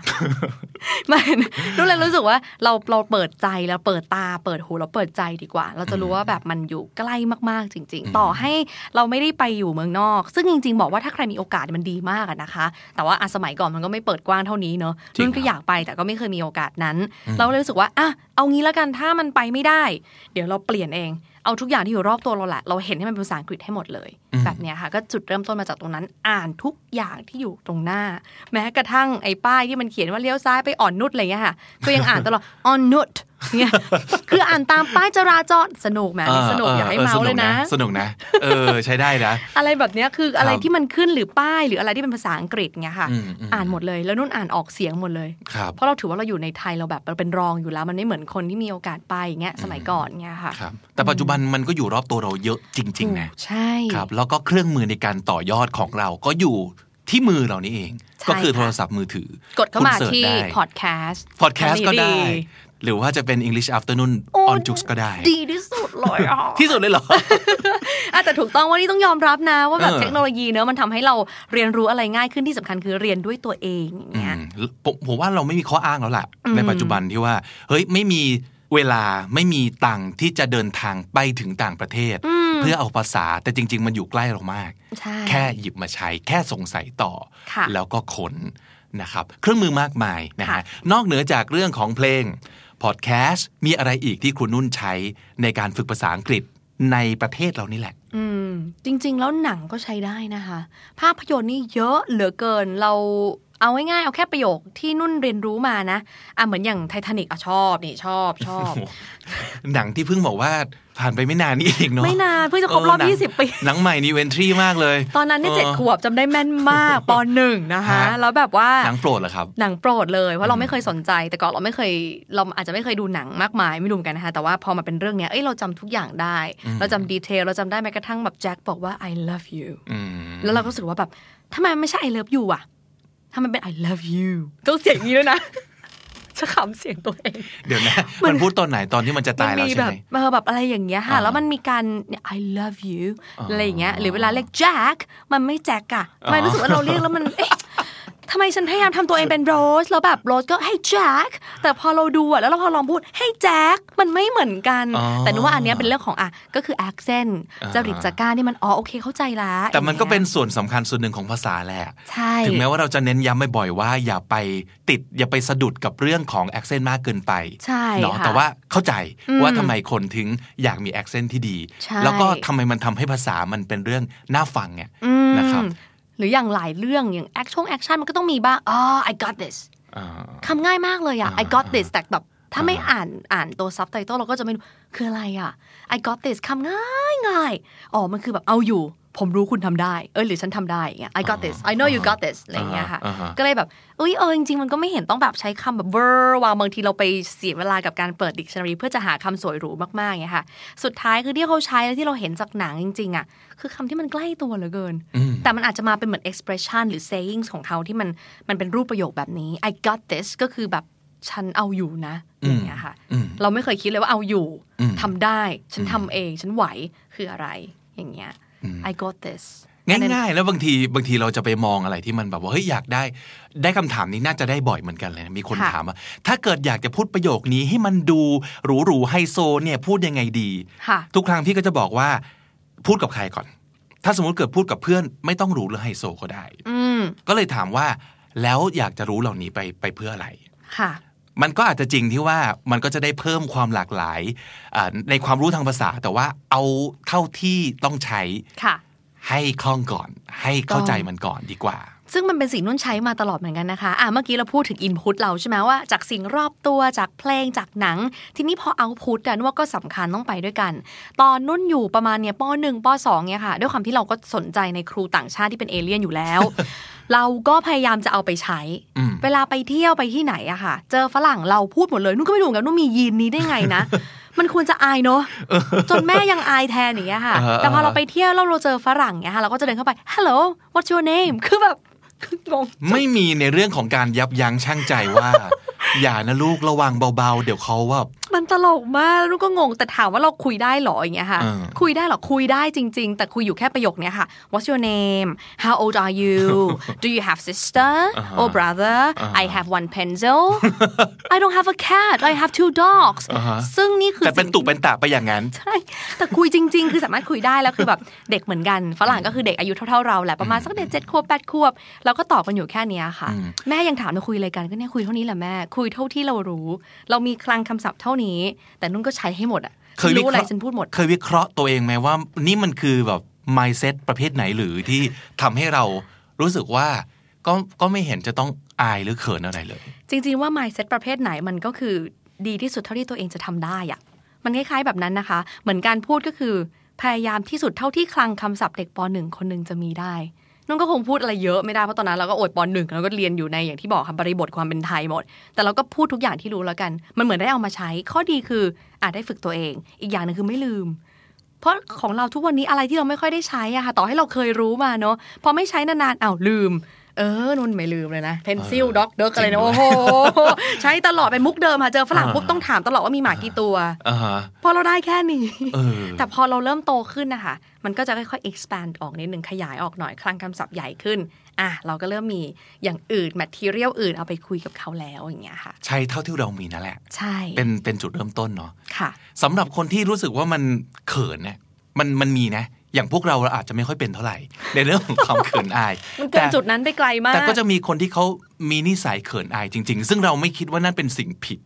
Speaker 3: มันรู้เลยรู้สึกว่าเราเราเปิดใจเราเปิดตาเปิดหูเราเปิดใจดีกว่า เราจะรู้ว่าแบบมันอยู่ใกล้มากๆจริง ๆ ต่อให้เราไม่ได้ไปอยู่เมืองนอก ซึ่งจริง ๆ บอกว่าถ้าใครมีโอกาสมันดีมากอะนะคะ แต่ว่าอะสมัยก่อนมันก็ไม่เปิดกว้างเท่านี้เนอะ
Speaker 2: จริง
Speaker 3: นุ่น
Speaker 2: ครั
Speaker 3: ก็
Speaker 2: บ
Speaker 3: อยากไปแต่ก็ไม่เคยมีโอกาสนั้น เราเลยรู้สึกว่าอ่ะเอางี้แล้วกันถ้ามันไปไม่ได้ เดี๋ยวเราเปลี่ยนเอง เอาทุกอย่างที่อยู่รอบตัวเราแหละ เราเห็นให้มันเป็นภาษาอังกฤษให้หมดเลย
Speaker 2: อืม
Speaker 3: แบบเนี้ยค่ะ ก็จุดเริ่มต้นมาจากตรงนั้น อ่านทุกอย่างที่อยู่ตรงหน้า แม้กระทั่งไอ้ป้ายที่มันเขียนว่าเลี้ยวซ้ายไปอ่อนนุชอะไรเงี้ยค่ะ ก็ยังอ่านตล อด อ่อนนุชเนี่ยคืออ่านตามป้ายจราจรสนุกแหม
Speaker 2: เออ
Speaker 3: สนุกอย่าให้
Speaker 2: ออ
Speaker 3: เมาเลยนะ
Speaker 2: สนุกนะสนุกนะ เออใช้ได้นะ
Speaker 3: อะไรแบบเนี้ยคืออะไร
Speaker 2: ครับ
Speaker 3: ที่มันขึ้นหรือป้ายหรืออะไรที่เป็นภาษาอังกฤษเงี้ยค่ะ
Speaker 2: อืมอืม
Speaker 3: อ่านหมดเลยแล้วนุ่นอ่านออกเสียงหมดเลย
Speaker 2: ครับ
Speaker 3: เพราะเราถือว่าเราอยู่ในไทยเราแบบเราเป็นรองอยู่แล้ว มันไม่เหมือนคนที่มีโอกาสไปอย่างเงี้ยสมัยก่อนเงี้ยค่ะ
Speaker 2: ครับ แต่ปัจจุบันมันก็อยู่รอบตัวเราเยอะจริง ๆ นะ
Speaker 3: ถูกใช่
Speaker 2: ครับแล้วก็เครื่องมือในการต่อยอดของเราก็อยู่ที่มือเรานี่เอง
Speaker 3: ใช่
Speaker 2: ก็คือ
Speaker 3: ค่ะ
Speaker 2: โทรศัพท์มือถือก
Speaker 3: ดเข้ามาที่พ
Speaker 2: พ
Speaker 3: อดแคสต์
Speaker 2: อดแคสต์ก็ได้ หรือว่าจะเป็น English Afternoon on j u x ก็ได้
Speaker 3: ดีที่สุดเลยอ่ะ
Speaker 2: ที่สุดเลยเหรอ
Speaker 3: อ่ะแต่ถูกต้องว่านี่ต้องยอมรับนะ ว่าแบบ
Speaker 2: เออ
Speaker 3: เทคโนโลยีเนอะมันทำให้เราเรียนรู้อะไรง่ายขึ้นที่สำคัญคือเรียนด้วยตัวเองอย่าง
Speaker 2: อื
Speaker 3: เงี้ย
Speaker 2: มผมผมว่าเราไม่มีข้ออ้างแล้วล่ะ
Speaker 3: อืม
Speaker 2: ในปัจจุบันที่ว่า เฮ้ย ไม่มีเวลาไม่มีตังค์ที่จะเดินทางไปถึงต่างประเทศ เพื่อเอาภาษาแต่จริง ๆ มันอยู่ใกล้เรามาก
Speaker 3: ใช่
Speaker 2: แค่หยิบมาใช้แค่สงสัยต่อ
Speaker 3: ค่ะ
Speaker 2: แล้วก็ค้นนะครับ เครื่องมือมากมายนะ
Speaker 3: ค่ะ
Speaker 2: ฮะนอกเหนือจากเรื่องของเพลงพอดแคสต์มีอะไรอีกที่คุณนุ่นใช้ในการฝึกภาษาอังกฤษในประเทศเรานี่แหละ
Speaker 3: อืมจริง ๆ แล้วหนังก็ใช้ได้นะคะ ภาพยนตร์นี่เยอะเหลือเกินเรา เอาง่ายๆเอาแค่ประโยคที่นุ่นเรียนรู้มานะ อ่ะเหมือนอย่างไททานิกอ่ะชอบนี่ชอบชอบ
Speaker 2: หนังที่เพิ่งบอกว่าผ่านไปไม่นานนี่เองเนาะ
Speaker 3: ไม่นานเพิ่งจะครบรอบ
Speaker 2: เหนัง
Speaker 3: 20ปี
Speaker 2: หนังใหม่นี่เวนทรีมากเลย
Speaker 3: ตอนนั้นเนี่ย
Speaker 2: เออ
Speaker 3: เจ็ดขวบจำได้แม่น มากปหนึ่งนะคะ
Speaker 2: ฮะ
Speaker 3: แล้วแบบว่า
Speaker 2: หนังโปรดเหรอครับ
Speaker 3: หนังโปรดเลยเพราะเราไม่เคยสนใจ แต่ก่อนเราไม่เคยเราอาจจะไม่เคยดูหนังมากมายไม่รู้เหมือนกันนะคะแต่ว่าพอมาเป็นเรื่องเนี้ยเอ้ยเราจำทุกอย่างได้ เราจำดีเทลเราจำได้แม้กระทั่งแบบแจ็คบอกว่า I love you
Speaker 2: อืม
Speaker 3: แล้วเราก็รู้สึกว่าแบบทำไมมันไม่ใช่ I love you อะทำไมเป็น I love you ต้องเสียงอย่างนี้ด้วยนะ จะขำเสียงตัวเอง
Speaker 2: เดี๋ยวนะ มันพูดตอนไหนตอนที่มันจะตายแล้ว
Speaker 3: มี
Speaker 2: ใช่
Speaker 3: แบบ
Speaker 2: ไหม
Speaker 3: เออแบบอะไรอย่างเงี้ยค่ะ
Speaker 2: อ่า
Speaker 3: แล้วมันมีการเนี่ย I love you
Speaker 2: อ๋ออ
Speaker 3: อะไรอย่างเงี้ย หรือเวลาเรียกแจ็คมันไม่แจ็คอะทำไม
Speaker 2: อ๋อ
Speaker 3: รู้สึกว่าเราเรียก แล้วมัน เอ๊ะทำไมฉันพยายามทำตัวเองเป็นโรส แล้วแบบโรสก็ให้แจ็คแต่พอเราดูอะแล้วเราพอลองพูดให้แจ็คมันไม่เหมือนกัน
Speaker 2: อ๋อ
Speaker 3: แต่นึกว่าอันเนี้ยเป็นเรื่องของอะก็คือ accent
Speaker 2: อ่า
Speaker 3: จริตจักรการที่มันอ๋อโอเคเข้าใจละ
Speaker 2: แต่มันก็เป็น
Speaker 3: อย่างงี้ย
Speaker 2: ส่วนสำคัญส่วนหนึ่งของภาษาแหละ
Speaker 3: ใช่
Speaker 2: ถึงแม้ว่าเราจะเน้นย้ำบ่อยๆว่า อย่าไปติดอย่าไปสะดุดกับเรื่องของแอคเซนต์มากเกินไป
Speaker 3: ใช่
Speaker 2: เนาะ
Speaker 3: ค่ะ
Speaker 2: แต่ว่าเข้าใจ
Speaker 3: อืม
Speaker 2: ว่าทำไมคนถึงอยากมีแอคเซนต์ที่ดี
Speaker 3: ใช่
Speaker 2: แล้วก็ทำไมมันทำให้ภาษามันเป็นเรื่องน่าฟังเนี่ย
Speaker 3: อืม
Speaker 2: นะครับ
Speaker 3: หรืออย่างหลายเรื่องอย่างแอคชั่นแอคชั่นมันก็ต้องมีบ้างอ๋อ I got this
Speaker 2: อ่า
Speaker 3: คำง่ายมากเลยอะ I got this แต่แบบถ้าไม่อ่านอ่านตัว subtitle เราก็จะไม่รู้คืออะไรอะ I got this คำง่ายง่ายอ๋อ มันคือแบบเอาอยู่ ผมรู้คุณทำได้ เอ้ยหรือฉันทำได้อย่างเงี้ย I got this I know you got this อะไรอย่างเงี้ยค่ะ
Speaker 2: อ่าฮะ
Speaker 3: ก็เลยแบบเอ้ยเออจริงๆ มันก็ไม่เห็นต้องแบบใช้คำแบบเวอร์วางบางทีเราไปเสียเวลากับการเปิดดิกชันนารีเพื่อจะหาคำสวยหรูมากๆไงค่ะ สุดท้ายคือที่เขาใช้และที่เราเห็นจากหนังจริงๆอ่ะคือคำที่มันใกล้ตัวเหลือเกิน แต่มันอาจจะมาเป็นเหมือน expression หรือ sayings ของเขาที่มันมันเป็นรูปประโยคแบบนี้ I got this ก็คือแบบฉันเอาอยู่นะอย่างเงี้ยค่ะ
Speaker 2: อืม
Speaker 3: เราไม่เคยคิดเลยว่าเอาอยู่
Speaker 2: อืม
Speaker 3: ทำได้ฉันทำเองฉันไหวคืออะไรอย่างเงี้ย I got this อันนั้น
Speaker 2: ง่ายๆ แล้วบางทีบางทีเราจะไปมองอะไรที่มันแบบว่าเฮ้ยอยากได้ ได้คำถามนี้น่าจะได้บ่อยเหมือนกันเลยนะมีคน
Speaker 3: ค่ะ
Speaker 2: ถามว่า ถ้าเกิดอยากจะพูดประโยคนี้ให้มันดูหรูหรูไฮโซเนี่ยพูดยังไงดี
Speaker 3: ค่ะ
Speaker 2: ทุกครั้งพี่ก็จะบอกว่าพูดกับใครก่อน ถ้าสมมติเกิดพูดกับเพื่อนไม่ต้องหรูหรือไฮโซก็ได้
Speaker 3: อืม
Speaker 2: ก็เลยถามว่าแล้วอยากจะรู้เหล่านี้ไปไปเพื่ออะไร
Speaker 3: ค่ะ
Speaker 2: มันก็อาจจะจริงที่ว่ามันก็จะได้เพิ่มความหลากหลายอ่าในความรู้ทางภาษาแต่ว่าเอาเท่าที่ต้องใช้
Speaker 3: ค่ะ
Speaker 2: ให้คล่องก่อน ให้เข้าใจมันก่อนดีกว่า
Speaker 3: ซึ่งมันเป็นสิ่งนุ่นใช้มาตลอดเหมือนกันนะคะอ่ะเมื่อกี้เราพูดถึงอินพุตเราใช่ไหมว่าจากสิ่งรอบตัวจากเพลงจากหนัง ทีนี้พอเอาพุตอะนุ่นว่าก็สำคัญต้องไปด้วยกัน ตอนนุ่นอยู่ประมาณเนี่ยปหนึ่งปสองเนี่ยค่ะ ด้วยความที่เราก็สนใจในครูต่างชาติที่เป็นเอเลี่ยนอยู่แล้ว เราก็พยายามจะเอาไปใช้
Speaker 2: อืม
Speaker 3: เวลาไปเที่ยวไปที่ไหนอะค่ะ เจอฝรั่งเราพูดหมดเลยนุ่นก็ไม่รู้เหมือนกันนุ่นมียีนนี้ได้ไง นะ มันควรจะอายเนอะจนแม่ยังอายแทนอย่างเงี้ย ค่ะ
Speaker 2: เออ
Speaker 3: แต่พอเราไปเที่ยวแล้วเราเจอฝรั่งเนี่ยค่ะเราก็จะเดินเข้าไป hello what's your name คือแบบ งง
Speaker 2: ไม่มีในเรื่องของการยับยั้งชั่งใจว่า อย่านะลูกระวังเบาๆ เดี๋ยวเขาว่า
Speaker 3: มันตลกมากลูกก็งงแต่ถามว่าเราคุยได้เหรออย่างเงี้ยค่ะ
Speaker 2: อ่า
Speaker 3: คุยได้เหรอคุยได้จริง ๆ แต่คุยอยู่แค่ประโยคเนี้ยค่ะ What's your name How old are you Do you have sister
Speaker 2: อ่าฮะ
Speaker 3: or brother I have one pencil I don't have a cat I have two dogs ซึ่งนี่คือ
Speaker 2: แต่เป็น
Speaker 3: สิ่ง
Speaker 2: ตุเป็นตะไปอย่างนั้น
Speaker 3: ใช่แต่คุยจริง ๆ คือสามารถคุยได้แล้วคือแบบเด็กเหมือนกันฝรั่งก็คือเด็กอายุเท่าๆเราแหละประมาณสักเด็กเจ็ดขวบแปดขวบเราก็ตอบกันอยู่แค่เนี้ยค่ะ แม่ยังถามเราคุยอะไรกันก็เนี่ยคุยเท่านี้แหละแม่ คุยเท่าที่เรารู้ เรามีคลังคำศัพท์เท่านี้ แต่นุ่นก็ใช้ให้หมดอ่ะ
Speaker 2: เคยวิ
Speaker 3: รู้
Speaker 2: เค
Speaker 3: อะไร
Speaker 2: ราะห์
Speaker 3: ฉันพูดหมด
Speaker 2: เคยวิเคราะห์ตัวเองไหมว่า นี่มันคือแบบ mindset ประเภทไหนหรือที่ทำให้เรารู้สึกว่า ก็ก็ไม่เห็นจะต้องอายหรือเขินอะไรเลย
Speaker 3: จริง ๆ ว่า mindset ประเภทไหนมันก็คือดีที่สุดเท่าที่ตัวเองจะทำได้อะมันคล้ายๆแบบนั้นนะคะ เหมือนการพูดก็คือพยายามที่สุดเท่าที่คลังคำศัพท์เด็กปหนึ่งคนหนึ่งจะมีได้ นุ่นก็คงพูดอะไรเยอะไม่ได้เพราะตอนนั้นเราก็อดปหนึ่งเราก็เรียนอยู่ในอย่างที่บอกค่ะบริบทความเป็นไทยหมด แต่เราก็พูดทุกอย่างที่รู้แล้วกัน มันเหมือนได้เอามาใช้ ข้อดีคืออาจได้ฝึกตัวเอง อีกอย่างหนึ่งคือไม่ลืม เพราะของเราทุกวันนี้อะไรที่เราไม่ค่อยได้ใช้อะค่ะ ต่อให้เราเคยรู้มาเนอะพอไม่ใช้นานๆอ้าวลืม เออนุ่นไม่ลืมเลยนะเพนซิลด็อกเด็กอะไร
Speaker 2: จริ
Speaker 3: นะ
Speaker 2: งด้วย
Speaker 3: โอ้โห ใช้ตลอดเป็นมุกเดิมค่ะเจอฝรั่งปุ๊บต้องถามตลอดว่ามีหมากี่ตัว
Speaker 2: อ่าฮะ
Speaker 3: เพอเราได้แค่ นี้
Speaker 2: เออ
Speaker 3: แต่พอเราเริ่มโตขึ้นนะคะ มันก็จะค่อยๆ expand ออกนิดหนึ่งขยายออกหน่อยคลังคำศัพท์ใหญ่ขึ้น อ่ะ เราก็เริ่มมีอย่างอื่น material อื่นเอาไปคุยกับเขาแล้วอย่างเงี้ยค่ะ
Speaker 2: ใช้เท่าที่เรามีนั่นแหละ
Speaker 3: ใช่
Speaker 2: เป็นเป็นจุดเริ่มต้นเนาะ
Speaker 3: ค่ะ
Speaker 2: สำหรับคนที่รู้สึกว่ามันเขินเนี่ยมันมันมีนะ อย่างพวกเราเราอาจจะไม่ค่อยเป็นเท่าไหร่ ในเรื่องของความเขินอาย
Speaker 3: มันเกินจุดนั้นไปไกลมาก
Speaker 2: แต่ก็จะมีคนที่เขามีนิสัยเขินอายจริง ๆ ซึ่งเราไม่คิดว่านั่นเป็นสิ่งผิด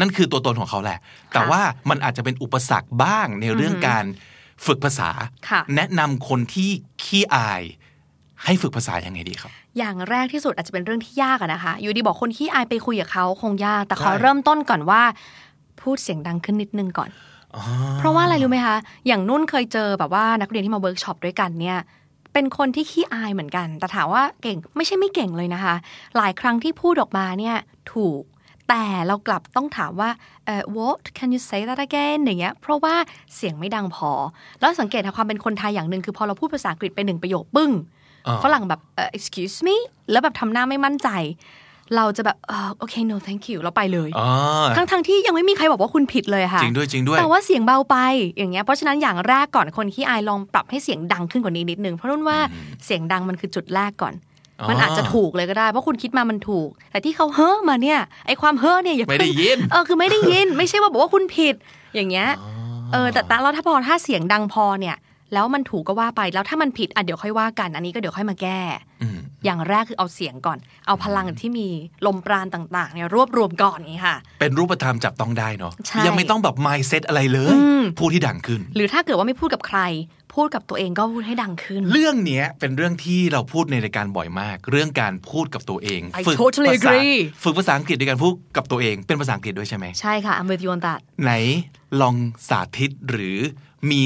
Speaker 2: นั่นคือตัวตนของเขาแหละ แต่ว่ามันอาจจะเป็นอุปสรรคบ้างในเรื่องการฝึกภาษา
Speaker 3: ค่ะ
Speaker 2: แนะนำคนที่ขี้อาย ให้ฝึกภาษายังไงดีครับ
Speaker 3: อย่างแรกที่สุดอาจจะเป็นเรื่องที่ยากอะนะคะ อยู่ดีบอกคนขี้อายไปคุยกับเขาคงยาก แต่ขอ
Speaker 2: ใช่
Speaker 3: เริ่มต้นก่อนว่า พูดเสียงดังขึ้นนิดนึงก่อน
Speaker 2: อ๋อ
Speaker 3: เพราะว่าอะไรรู้ไหมคะ อย่างนุ่นเคยเจอแบบว่านักเรียนที่มาเวิร์กช็อปด้วยกันเนี่ย เป็นคนที่ขี้อายเหมือนกัน แต่ถามว่าเก่งไม่ใช่ไม่เก่งเลยนะคะ หลายครั้งที่พูดออกมาเนี่ยถูก แต่เรากลับต้องถามว่าเอ่อ what can you say that again อย่างเงี้ย เพราะว่าเสียงไม่ดังพอ แล้วสังเกตค่ะความเป็นคนไทยอย่างหนึ่งคือพอเราพูดภาษาอังกฤษไปหนึ่งประโยคปึ้ง
Speaker 2: อ่า
Speaker 3: ฝรั่งแบบเอ่อ excuse me แล้วแบบทำหน้าไม่มั่นใจ เราจะแบบเอ่อโอเค no thank you เราไปเลย
Speaker 2: อ่า
Speaker 3: ทั้งทั้งๆที่ยังไม่มีใครบอกว่าคุณผิดเลยค่ะ
Speaker 2: จริงด้วยจริงด้วย
Speaker 3: แต่ว่าเสียงเบาไปอย่างเงี้ยเพราะฉะนั้นอย่างแรกก่อนคนขี้อายลองปรับให้เสียงดังขึ้นกว่านี้นิดนึงเพราะนุ่นว่าเสียงดังมันคือจุดแรกก่อน
Speaker 2: อ๋อ
Speaker 3: มันอาจจะถูกเลยก็ได้ เพราะคุณคิดมามันถูก แต่ที่เขาเฮ้อมาเนี่ยไอความเฮ้อเนี่ยอย่า
Speaker 2: ไม่
Speaker 3: เพิ่ง
Speaker 2: ได้ยิน
Speaker 3: เออคือไม่ได้ยิน ไม่ใช่ว่าบอกว่าคุณผิดอย่างเงี้ยเออแต่แต่แล้วถ้าพอถ้าเสียงดังพอเนี่ย แล้วมันถูกก็ว่าไปแล้วถ้ามันผิดอ่ะเดี๋ยวค่อยว่ากันอันนี้ก็เดี๋ยวค่อยมาแก้
Speaker 2: ม
Speaker 3: อย่างแรกคือเอาเสียงก่อน เอาพลังที่มีลมปราณต่างๆเนี่ยรวบรวมก่อนอย่างงี้ค่ะ
Speaker 2: เป็นรูปธรรมจับต้องได้เนาะ
Speaker 3: ใช่
Speaker 2: ยังไม่ต้องแบบ mindset อะไรเลย
Speaker 3: อืม
Speaker 2: ผู้ที่ดังขึ้น
Speaker 3: หรือถ้าเกิดว่าไม่พูดกับใคร พูดกับตัวเองก็พูดให้ดังขึ้น
Speaker 2: เรื่องเนี้ยเป็นเรื่องที่เราพูดในรายการบ่อยมาก เรื่องการพูดกับตัวเอง
Speaker 3: I
Speaker 2: ฝึ
Speaker 3: totally
Speaker 2: ภาษา
Speaker 3: agree
Speaker 2: ฝึกภาษาอังกฤษด้วยการพูดกับตัวเองเป็นภาษาอังกฤษด้วยใช่ไหม
Speaker 3: ใช่ค่ะ I'm with you on that
Speaker 2: ไหนลองสาธิตหรือมี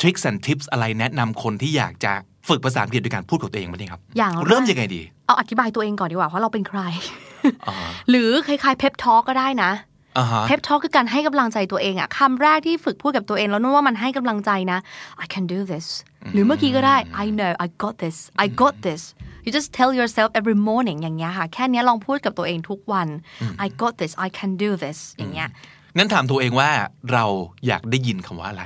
Speaker 2: ทริค and ทิปอะไรแนะนำคนที่อยากจะฝึกภาษาอังกฤษด้วยการพูดกับตัวเองมั้ยครับ
Speaker 3: อย่างแก
Speaker 2: เริ่มยังไงดี
Speaker 3: เอาอธิบายตัวเองก่อนดีกว่าว่าเราเป็นใคร
Speaker 2: อ่า
Speaker 3: หรือคล้ายๆ pep talk ก็ได้นะ
Speaker 2: อ่าฮะ
Speaker 3: pep talk คือการให้กำลังใจตัวเองอะคำแรกที่ฝึกพูดกับตัวเองแล้วนึกว่ามันให้กำลังใจนะ I can do this หรือเมื่อกี้ก็ได้ I know I got this I got this you just tell yourself every morning อย่างเงี้ยค่ะ แค่เนี้ยลองพูดกับตัวเองทุกวัน I got this I can do this อย่างเงี้ย
Speaker 2: งั้นถามตัวเองว่าเราอยากได้ยินคำว่าอะไร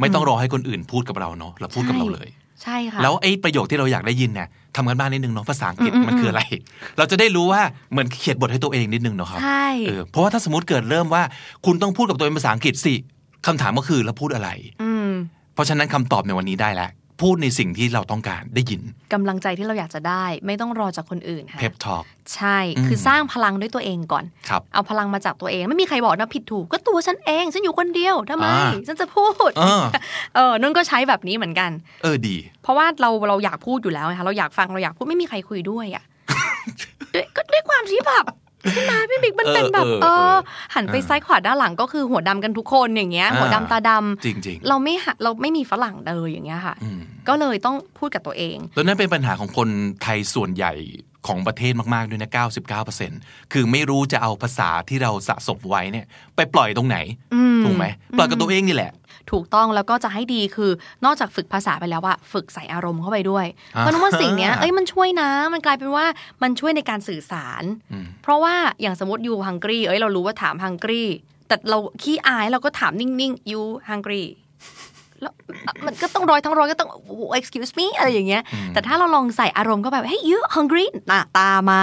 Speaker 2: ไม่ต้องรอให้คนอื่นพูดกับเราเนาะเราพูดกับเราเลย
Speaker 3: ใช่ค่ะ
Speaker 2: แล้วไอ้ประโยคที่เราอยากได้ยินเนี่ยทำกันบ้านนิดนึงเนาะภาษาอังกฤษมันคืออะไร เราจะได้รู้ว่าเหมือนเขียนบทให้ตัวเองนิดนึงเนาะครับ
Speaker 3: ใช่
Speaker 2: เออเพราะว่าถ้าสมมติเกิดเริ่มว่า คุณต้องพูดกับตัวเองภาษาอังกฤษสิคำถามก็คือแล้วพูดอะไร
Speaker 3: อืม
Speaker 2: เพราะฉะนั้นคำตอบในวันนี้ได้แล้ว พูดในสิ่งที่เราต้องการได้ยิน
Speaker 3: กำลังใจที่เราอยากจะได้ ไม่ต้องรอจากคนอื่นค่ะ
Speaker 2: เพ p ทอ l k
Speaker 3: ใช่ คือสร้างพลังด้วยตัวเองก่อน
Speaker 2: ครับ
Speaker 3: เอาพลังมาจากตัวเอง ไม่มีใครบอกนะผิดถูก ก็ตัวฉันเอง ฉันอยู่คนเดียวทำไม
Speaker 2: อ่า
Speaker 3: ฉันจะพูด
Speaker 2: เออ
Speaker 3: เออนุ่นก็ใช้แบบนี้เหมือนกัน
Speaker 2: เออดี
Speaker 3: เพราะว่าเราเราอยากพูดอยู่แล้วนะคะ เราอยากฟัง เราอยากพูด ไม่มีใครคุยด้วย อ่ะ ด้วยก็ด้วยความที่แบบใช่ไหมพี่บิ๊กมันเป็นแบบ
Speaker 2: เออเอ
Speaker 3: เอ
Speaker 2: อ
Speaker 3: อ หันไปซ้ายขวาด้านหลังก็คือหัวดำกันทุกคนอย่างเงี้ย
Speaker 2: อ่า
Speaker 3: หัวดำตาดำ
Speaker 2: จริง
Speaker 3: เราไม่หาเราไม่มีฝรั่งเลยอย่างเงี้ยค่ะ
Speaker 2: ๆ อืม
Speaker 3: ก็เลยต้องพูดกับตัวเอง
Speaker 2: แล้วนั่นเป็นปัญหาของคนไทยส่วนใหญ่ของประเทศมาก ๆ ด้วยนะ 99%คือไม่รู้จะเอาภาษาที่เราสะสมไว้เนี่ย ไปปล่อยตรงไหน
Speaker 3: อืม
Speaker 2: ถูกไหม ปล่อยกับตัวเองนี่แหละ
Speaker 3: ถูกต้องแล้วก็จะให้ดีคือนอกจากฝึกภาษาไปแล้วอะฝึกใส่อารมณ์เข้าไปด้วย
Speaker 2: อ่า
Speaker 3: เพราะนกว่าสิ่งเนี้ยเอ้ยมันช่วยนะ มันกลายเป็นว่ามันช่วยในการสื่อสาร
Speaker 2: อืม
Speaker 3: เพราะว่าอย่างสมมติยูฮังกรีเอ้ยเรารู้ว่าถามฮังกรีแต่เราขี้อายเราก็ถามนิ่งๆยูฮังกรีแล้วอ่ะมันก็ต้องรอยทั้งรอยก็ต้อง excuse me อะไรอย่างเงี้ย แต่ถ้าเราลองใส่อารมณ์เข้าไปเฮ้ย you hungry หน้าตามา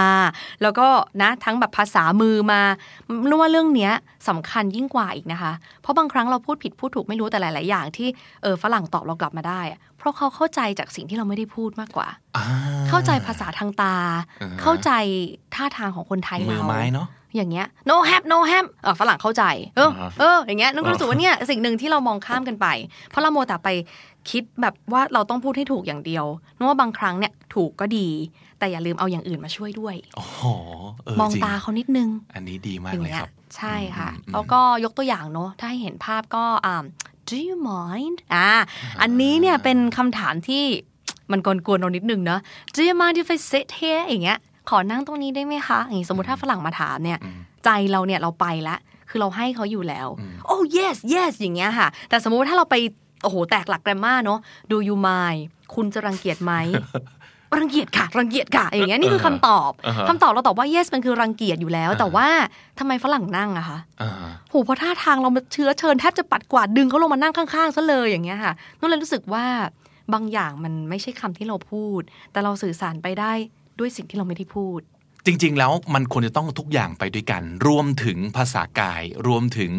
Speaker 3: แล้วก็นะทั้งแบบภาษามือมานึกว่าเรื่องเนี้ยสำคัญยิ่งกว่าอีกนะคะ เพราะบางครั้งเราพูดผิดพูดถูกไม่รู้แต่หลาย ๆ อย่างที่เออฝรั่งตอบเรากลับมาได้อะเพราะเขาเข้าใจจากสิ่งที่เราไม่ได้พูดมากกว่า
Speaker 2: อ่
Speaker 3: เข้าใจภาษาทางตา
Speaker 2: อ่ฮะ
Speaker 3: เข้าใจท่าทางของคนไทย
Speaker 2: มื
Speaker 3: เรา
Speaker 2: อไม้เนาะ
Speaker 3: อย่างเงี้ย no ham no ham เออฝรั่งเข้าใจ เออ
Speaker 2: อ่าฮะ
Speaker 3: เอออย่างเงี้ยนึก
Speaker 2: อ่า
Speaker 3: รู้สึกว่าเนี่ยสิ่งหนึ่งที่เรามองข้ามกันไป เพราะเราโมวแต่ไปคิดแบบว่าเราต้องพูดให้ถูกอย่างเดียวนึกว่าบางครั้งเนี่ยถูกก็ดี แต่อย่าลืมเอาอย่างอื่นมาช่วยด้วย
Speaker 2: โอ้โหเ
Speaker 3: มอง
Speaker 2: จริ
Speaker 3: ตาเขานิดนึง
Speaker 2: อันนี้ดีมา
Speaker 3: อก ย่าง
Speaker 2: เลยค
Speaker 3: เงี้ย
Speaker 2: รับ
Speaker 3: ใช่ค่ะ
Speaker 2: อืมอืม
Speaker 3: แล้วก็ยกตัวอย่างเนาะถ้าให้เห็นภาพก็อ่า do you mind อ่าอันนี้เนี่ยเป็นคำถามที่มันกวนๆเรานิดนึงเนาะ do you mind if I sit here อย่างเงี้ย ขอนั่งตรงนี้ได้ไหมคะอย่างงี้สมมติถ้าฝรั่งมาถามเนี่ย ใจเราเนี่ยเราไปละ คือเราให้เขาอยู่แล้ว oh yes yes อย่างเงี้ยค่ะ แต่สมมติว่าถ้าเราไป โอ้โห แตกหลักแกรมมาเนาะ do you mind คุณจะรังเกี ยจไหม รังเกียจค่ะ รังเกียจค่ะ อย่างเงี้ยนี่คือคำตอบ
Speaker 2: อ่าฮะ
Speaker 3: คำตอบเราตอบว่า yes มันคือรังเกียจอยู่แล้ว แต่ว่าทำไมฝรั่งนั่งอะคะ
Speaker 2: อ่า
Speaker 3: โหเพราะท่าทางเรามาเชื้อเชิญแทบจะปัดกวาดดึงเขาลงมานั่งข้างๆซะเลยอย่างเงี้ยค่ะนุ่นเลยรู้สึกว่าบางอย่างมันไม่ใช่คำที่เราพูด แต่เราสื่อสารไปได้ด้วยสิ่งที่เราไม่ได้พูด
Speaker 2: จริง ๆ แล้วมันควรจะต้องทุกอย่างไปด้วยกัน รวมถึงภาษากาย รวมถึง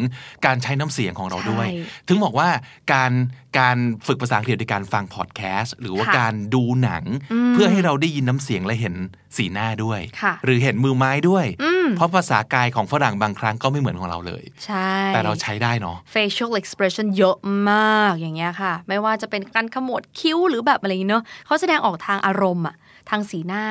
Speaker 2: การใช้น้ำเสียงของเราด้วย
Speaker 3: ใช่
Speaker 2: ถึงบอกว่าการการฝึกภาษาอังกฤษโดยการฟังพอดแคสต์หรือว่า
Speaker 3: ค่ะ
Speaker 2: การดูหนัง
Speaker 3: อืม
Speaker 2: เพื่อให้เราได้ยินน้ำเสียงและเห็นสีหน้าด้วย
Speaker 3: ค่ะ
Speaker 2: หรือเห็นมือไม้ด้วย
Speaker 3: อืม
Speaker 2: เพราะภาษากายของฝรั่งบางครั้งก็ไม่เหมือนของเราเลย
Speaker 3: ใช่
Speaker 2: แต่เราใช้ได้เนาะ
Speaker 3: facial expression เยอะมากอย่างเงี้ยค่ะ ไม่ว่าจะเป็นการขมวดคิ้วหรือแบบอะไรอย่างเงี้ยเนอะเขาแสดงออกทางอารมณ์อะทางสีหน้า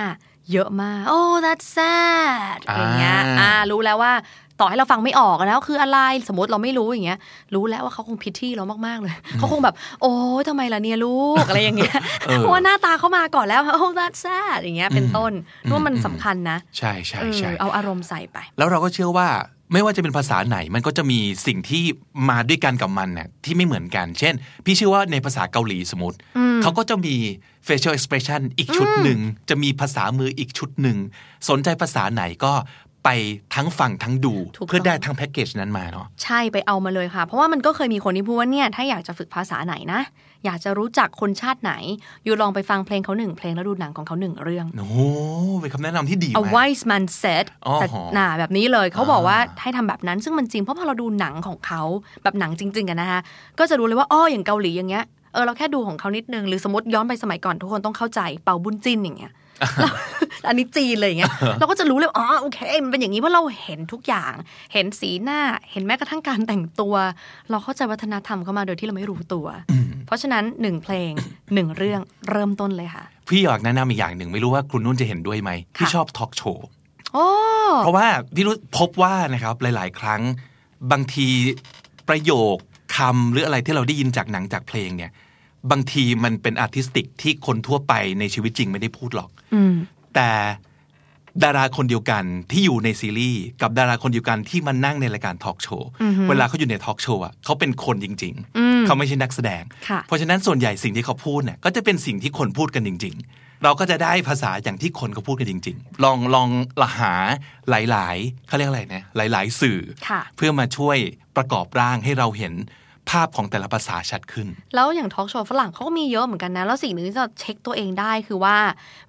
Speaker 3: เยอะมาก โอ้ that's sad
Speaker 2: อ่า
Speaker 3: อย่างเงี้ยอ่ารู้แล้วว่าต่อให้เราฟังไม่ออกอะแล้วคืออะไรสมมติเราไม่รู้อย่างเงี้ย รู้แล้วว่าเขาคงพิที่เรามากๆเลยเขาคงแบบ โอ้ยทำไมล่ะเนี่ยลูกอะไรอย่างเงี้ยเพราะว่าหน้าตาเขามาก่อนแล้วโอ้ that's sad อย่างเงี้ยเป็นต้นนึกว่ามันสำคัญนะ
Speaker 2: ใช่ใช่
Speaker 3: เออ
Speaker 2: ใช่
Speaker 3: เอาอารมณ์ใส่ไป
Speaker 2: แล้วเราก็เชื่อว่าไม่ว่าจะเป็นภาษาไหนมันก็จะมีสิ่งที่มาด้วยกันกับมันเนี่ยที่ไม่เหมือนกัน เช่น พี่เชื่อว่าในภาษาเกาหลีสมมติเขาก็จะมี facial expression อีกชุดหนึ่ง จะมีภาษามืออีกชุดหนึ่ง สนใจภาษาไหนก็ไปทั้งฟังทั้งดู
Speaker 3: ถูกต้อง
Speaker 2: เพื่อได้ทั้งแพ็กเกจนั้นมาเนาะ
Speaker 3: ใช่ไปเอามาเลยค่ะ เพราะว่ามันก็เคยมีคนที่พูดว่าเนี่ย ถ้าอยากจะฝึกภาษาไหนนะ อยากจะรู้จักคนชาติไหน อยู่ลองไปฟังเพลงเขาหนึ่งเพลงแล้วดูหนังของเขาหนึ่งเรื่อง
Speaker 2: โอ้โหเป็นคำแนะนำที่ดี
Speaker 3: A
Speaker 2: มาก
Speaker 3: wise man said
Speaker 2: อ๋อ
Speaker 3: แต่หนาแบบนี้เลยเขาบอกว่าให้ทำแบบนั้นซึ่งมันจริงเพราะพอเราดูหนังของเขาแบบหนังจริง ๆ กันนะคะก็จะรู้เลยว่าอ้ออย่างเกาหลีอย่างเงี้ยเออเราแค่ดูของเขานิดนึงหรือสมมติย้อนไปสมัยก่อนทุกคนต้องเข้าใจเป่าบุญจิ้นอย่างเงี้ย เรา อันนี้จีนเลยอย่างเงี้ยเราก็จะรู้เลยว่าอ๋อโอเคมันเป็นอย่างนี้เพราะเราเห็นทุกอย่าง เห็นสีหน้าเห็นแม้กระทั่งการแต่งตัว เราเข้าใจวัฒนธรรมเข้ามาโดยที่เราไม่รู้ตัว เพราะฉะนั้นหนึ่งเพลงหนึ่งเรื่องเริ่มต้นเลยค่ะ
Speaker 2: พี่อยากแนะนำอีกอย่างหนึ่งไม่รู้ว่าคุณนุ่นจะเห็นด้วยไหมพี่
Speaker 3: ค่ะ
Speaker 2: ชอบทอล์กโชว์
Speaker 3: โอ้
Speaker 2: เพราะว่าพี่รู้พบว่านะครับหลาย ๆ ครั้งบางทีประโยคคำหรืออะไรที่เราได้ยินจากหนังจากเพลงเนี่ย บางทีมันเป็นอาร์ติสติกที่คนทั่วไปในชีวิตจริงไม่ได้พูดหรอก
Speaker 3: อืม
Speaker 2: แต่ดาราคนเดียวกันที่อยู่ในซีรีส์กับดาราคนเดียวกันที่มันนั่งในรายการทอล์กโชว์เวลาเขาอยู่ในทอล์กโชว์อ่ะเขาเป็นคนจริง ๆ เขาไม่ใช่นักแสดง
Speaker 3: ค่ะ
Speaker 2: เพราะฉะนั้นส่วนใหญ่สิ่งที่เขาพูดเนี่ยก็จะเป็นสิ่งที่คนพูดกันจริง ๆ เราก็จะได้ภาษาอย่างที่คนเขาพูดกันจริง ๆ ลองลองละหาหลายๆเขาเรียกอะไรนะหลาย ๆ สื่อ
Speaker 3: ค่ะ
Speaker 2: เพื่อมาช่วยประกอบร่างให้เราเห็นภาพของแต่ละภาษาชัดขึ้น
Speaker 3: แล้วอย่างทอล์กโชว์ฝรั่งเขาก็มีเยอะเหมือนกันนะ แล้วสิ่งหนึ่งที่เราเช็คตัวเองได้คือว่า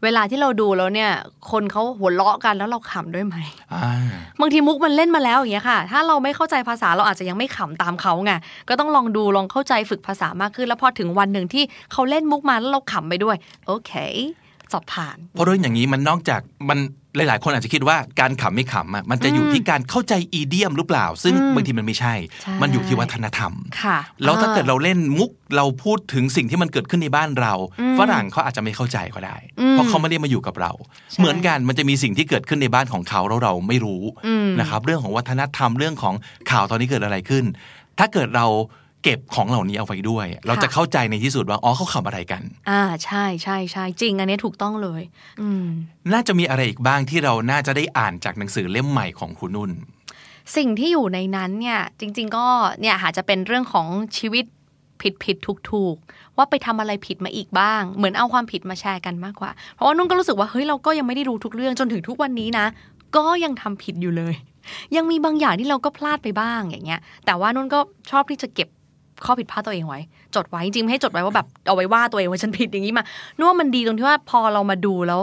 Speaker 3: เวลาที่เราดูแล้วเนี่ย คนเขาหัวเราะกันแล้วเราขำด้วยไหม
Speaker 2: อ่า
Speaker 3: บางทีมุกมันเล่นมาแล้วอย่างเงี้ยค่ะ ถ้าเราไม่เข้าใจภาษาเราอาจจะยังไม่ขำตามเขาไง ก็ต้องลองดูลองเข้าใจฝึกภาษามากขึ้น แล้วพอถึงวันหนึ่งที่เขาเล่นมุกมาแล้วเราขำไปด้วย โอเค สอบผ่าน
Speaker 2: เพราะเรื่องอย่างนี้มันนอกจากมันหลาย ๆ คนอาจจะคิดว่าการขำไม่ขำอะมันจะอยู่ที่การเข้าใจอีเดียมหรือเปล่า ซึ่งบางทีมันไม่ใช่
Speaker 3: ใช่
Speaker 2: มันอยู่ที่วัฒนธรรม
Speaker 3: ค่ะ
Speaker 2: แล้วถ้าเกิดเราเล่นมุกเราพูดถึงสิ่งที่มันเกิดขึ้นในบ้านเรา ฝรั่งเขาอาจจะไม่เข้าใจก็ได้ เพราะเขาไม่ได้มาอยู่กับเรา เหมือนกันมันจะมีสิ่งที่เกิดขึ้นในบ้านของเขาแล้วเราไม่รู้นะครับเรื่องของวัฒนธรรมเรื่องของข่าวตอนนี้เกิดอะไรขึ้น ถ้าเกิดเราเก็บของเหล่านี้เอาไว้ด้วย เราจะเข้าใจในที่สุดว่าอ๋อเขาขำอะไรกัน
Speaker 3: อ่าใช่ใช่ใช่จริง อันนี้ถูกต้องเลย อืม
Speaker 2: น่าจะมีอะไรอีกบ้างที่เราน่าจะได้อ่านจากหนังสือเล่มใหม่ของคุณนุ่น
Speaker 3: สิ่งที่อยู่ในนั้นเนี่ยจริง ๆ ก็เนี่ยอาจจะเป็นเรื่องของชีวิตผิดผิดถูกถูกๆ ว่าไปทำอะไรผิดมาอีกบ้าง เหมือนเอาความผิดมาแชร์กันมากกว่า เพราะว่านุ่นก็รู้สึกว่าเฮ้ยเราก็ยังไม่ได้รู้ทุกเรื่องจนถึงทุกวันนี้นะ ก็ยังทำผิดอยู่เลย ยังมีบางอย่างที่เราก็พลาดไปบ้างอย่างเงี้ย แต่ว่านุ่นก็ชอบที่จะเก็บข้อผิดพลาดตัวเองไว้ จดไว้จริงๆไม่ให้จดไว้ว่าแบบเอาไว้ว่าตัวเองว่าฉันผิดอย่างนี้มานุ่นว่ามันดีตรงที่ว่าพอเรามาดูแล้ว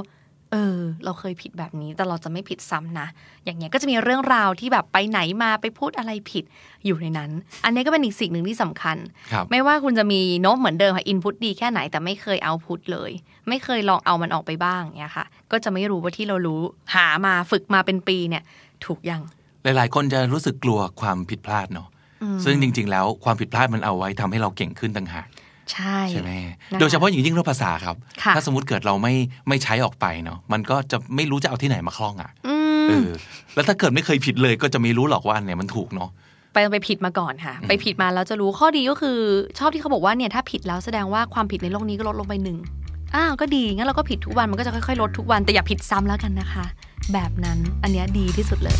Speaker 3: เออ เราเคยผิดแบบนี้แต่เราจะไม่ผิดซ้ำนะ อย่างเงี้ยก็จะมีเรื่องราวที่แบบไปไหนมาไปพูดอะไรผิดอยู่ในนั้น อันนี้ก็เป็นอีกสิ่งหนึ่งที่สำคัญ
Speaker 2: ครับ
Speaker 3: ไม่ว่าคุณจะมีโน้ตเหมือนเดิมค่ะอินพุตดีแค่ไหนแต่ไม่เคยเอาพุตเลย ไม่เคยลองเอามันออกไปบ้างเงี้ยค่ะ ก็จะไม่รู้ว่าที่เรารู้หามาฝึกมาเป็นปีเนี่ย ถูกยัง
Speaker 2: หลาย ๆ คนจะรู้สึกกลัวความผิดพลาดเนาะซึ่งจริง ๆ แล้วความผิดพลาดมันเอาไว้ทำให้เราเก่งขึ้นต่างหาก
Speaker 3: ใช่
Speaker 2: ใช่ไหม
Speaker 3: นะคะ
Speaker 2: โดยเฉพาะอย่างยิ่งเรื่องภาษาครับ
Speaker 3: ค่ะ
Speaker 2: ถ้าสมมติเกิดเราไม่ไม่ใช้ออกไปเนาะมันก็จะไม่รู้จะเอาที่ไหนมาคล่องอะ่ะ
Speaker 3: อืม
Speaker 2: เออแล้วถ้าเกิดไม่เคยผิดเลยก็จะไม่รู้หรอกว่าอันเนี่ยมันถูกเนาะ
Speaker 3: ไปไปผิดมาก่อนค่ะ ไปผิดมาแล้วจะรู้ข้อดีก็คือ ชอบที่เขาบอกว่าเนี่ยถ้าผิดแล้วแสดงว่าความผิดในโลกนี้ก็ลดลงไปหนึ่งอ้าวก็ดีงั้นเราก็ผิดทุกวันมันก็จะค่อยๆลดทุกวันแต่อย่าผิดซ้ำแล้วกันนะคะ แบบนั้นอันเนี้ยดีที่สุดเลย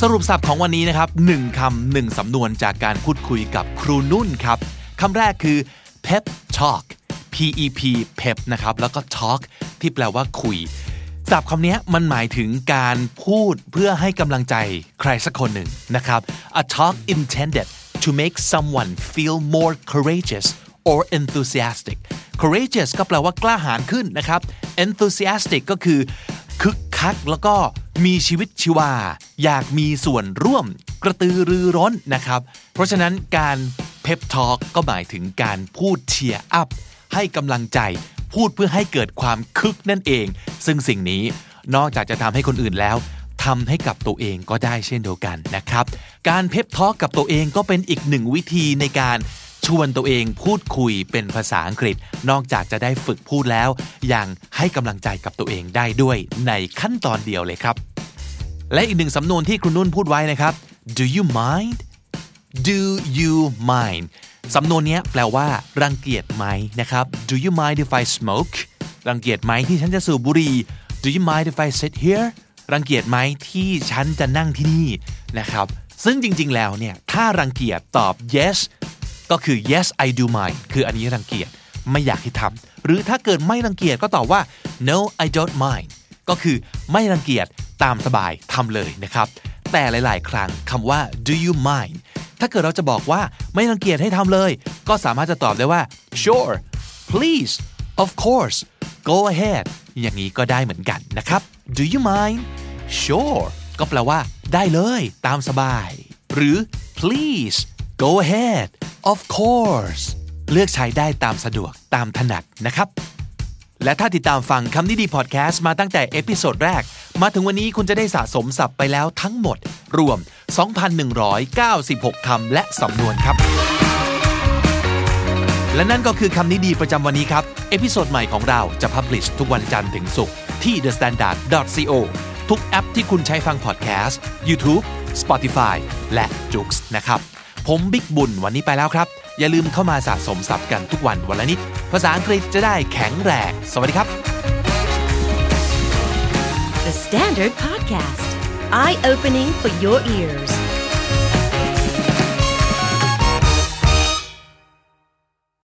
Speaker 2: สรุปสับของวันนี้นะครับหนึ่งคำหนึ่งสำนวนจากการพูดคุยกับครูนุ่นครับคำแรกคือ pep talk P E P pep นะครับ แล้วก็ talk ที่แปลว่าคุยสับคำนี้มันหมายถึงการพูดเพื่อให้กำลังใจใครสักคนหนึ่งนะครับ a talk intended to make someone feel more courageous or enthusiastic courageous ก็แปลว่ากล้าหาญขึ้นนะครับ enthusiastic ก็คือ คึกคักแล้วก็มีชีวิตชีวา อยากมีส่วนร่วมกระตือรือร้นนะครับ เพราะฉะนั้นการเพ p ปทอ k ก็หมายถึงการพูดเชียร์อัพ ให้กำลังใจ พูดเพื่อให้เกิดความคึกนั่นเอง ซึ่งสิ่งนี้ นอกจากจะทำให้คนอื่นแล้วทำให้กับตัวเองก็ได้เช่นเดียวกันนะครับ การเพปทอกับตัวเองก็เป็นอีกหนึ่งวิธีในการชวนตัวเองพูดคุยเป็นภาษาอังกฤษ นอกจากจะได้ฝึกพูดแล้ว ยังให้กำลังใจกับตัวเองได้ด้วยในขั้นตอนเดียวเลยครับ และอีกหนึ่งสำนวนที่คุณนุ่นพูดไว้นะครับ do you mind do you mind สำนวนเนี้ยแปลว่ารังเกียจไหมนะครับ do you mind if I smoke รังเกียจไหมที่ฉันจะสูบบุหรี่ do you mind if I sit here รังเกียจไหมที่ฉันจะนั่งที่นี่นะครับ ซึ่งจริง ๆ แล้วเนี่ย ถ้ารังเกียจตอบ yes ก็คือ yes I do mind คืออันนี้รังเกียจไม่อยากให้ทำหรือถ้าเกิดไม่รังเกียจก็ตอบว่า no I don't mind ก็คือไม่รังเกียจตามสบายทำเลยนะครับ แต่หลาย ๆ ครั้งคำว่า do you mind ถ้าเกิดเราจะบอกว่าไม่รังเกียจให้ทำเลย ก็สามารถจะตอบได้ว่า sure please of course go ahead อย่างนี้ก็ได้เหมือนกันนะครับ do you mind sure ก็แปลว่า ได้เลยตามสบาย หรือ please go ahead of course เลือกใช้ได้ตามสะดวกตามถนัดนะครับ และถ้าติดตามฟังคำนี้ดีพอดแคสต์มาตั้งแต่เอพิโซดแรก มาถึงวันนี้คุณจะได้สะสมศัพท์ไปแล้วทั้งหมด รวม 2,196 คำและสำนวนครับ และนั่นก็คือคำนี้ดีประจำวันนี้ครับ เอพิโซดใหม่ของเราจะพับลิชทุกวันจันทร์ถึงศุกร์ที่ thestandard.co ทุกแอปที่คุณใช้ฟังพอดแคสต์ YouTube Spotify และ j o o x นะครับ ผมบิ๊กบุญวันนี้ไปแล้วครับ อย่าลืมเข้ามาสะสมศัพท์กันทุกวันวันละนิด ภาษาอังกฤษจะได้แข็งแรง สวัสดีครับ
Speaker 1: The Standard Podcast, eye opening for your ears.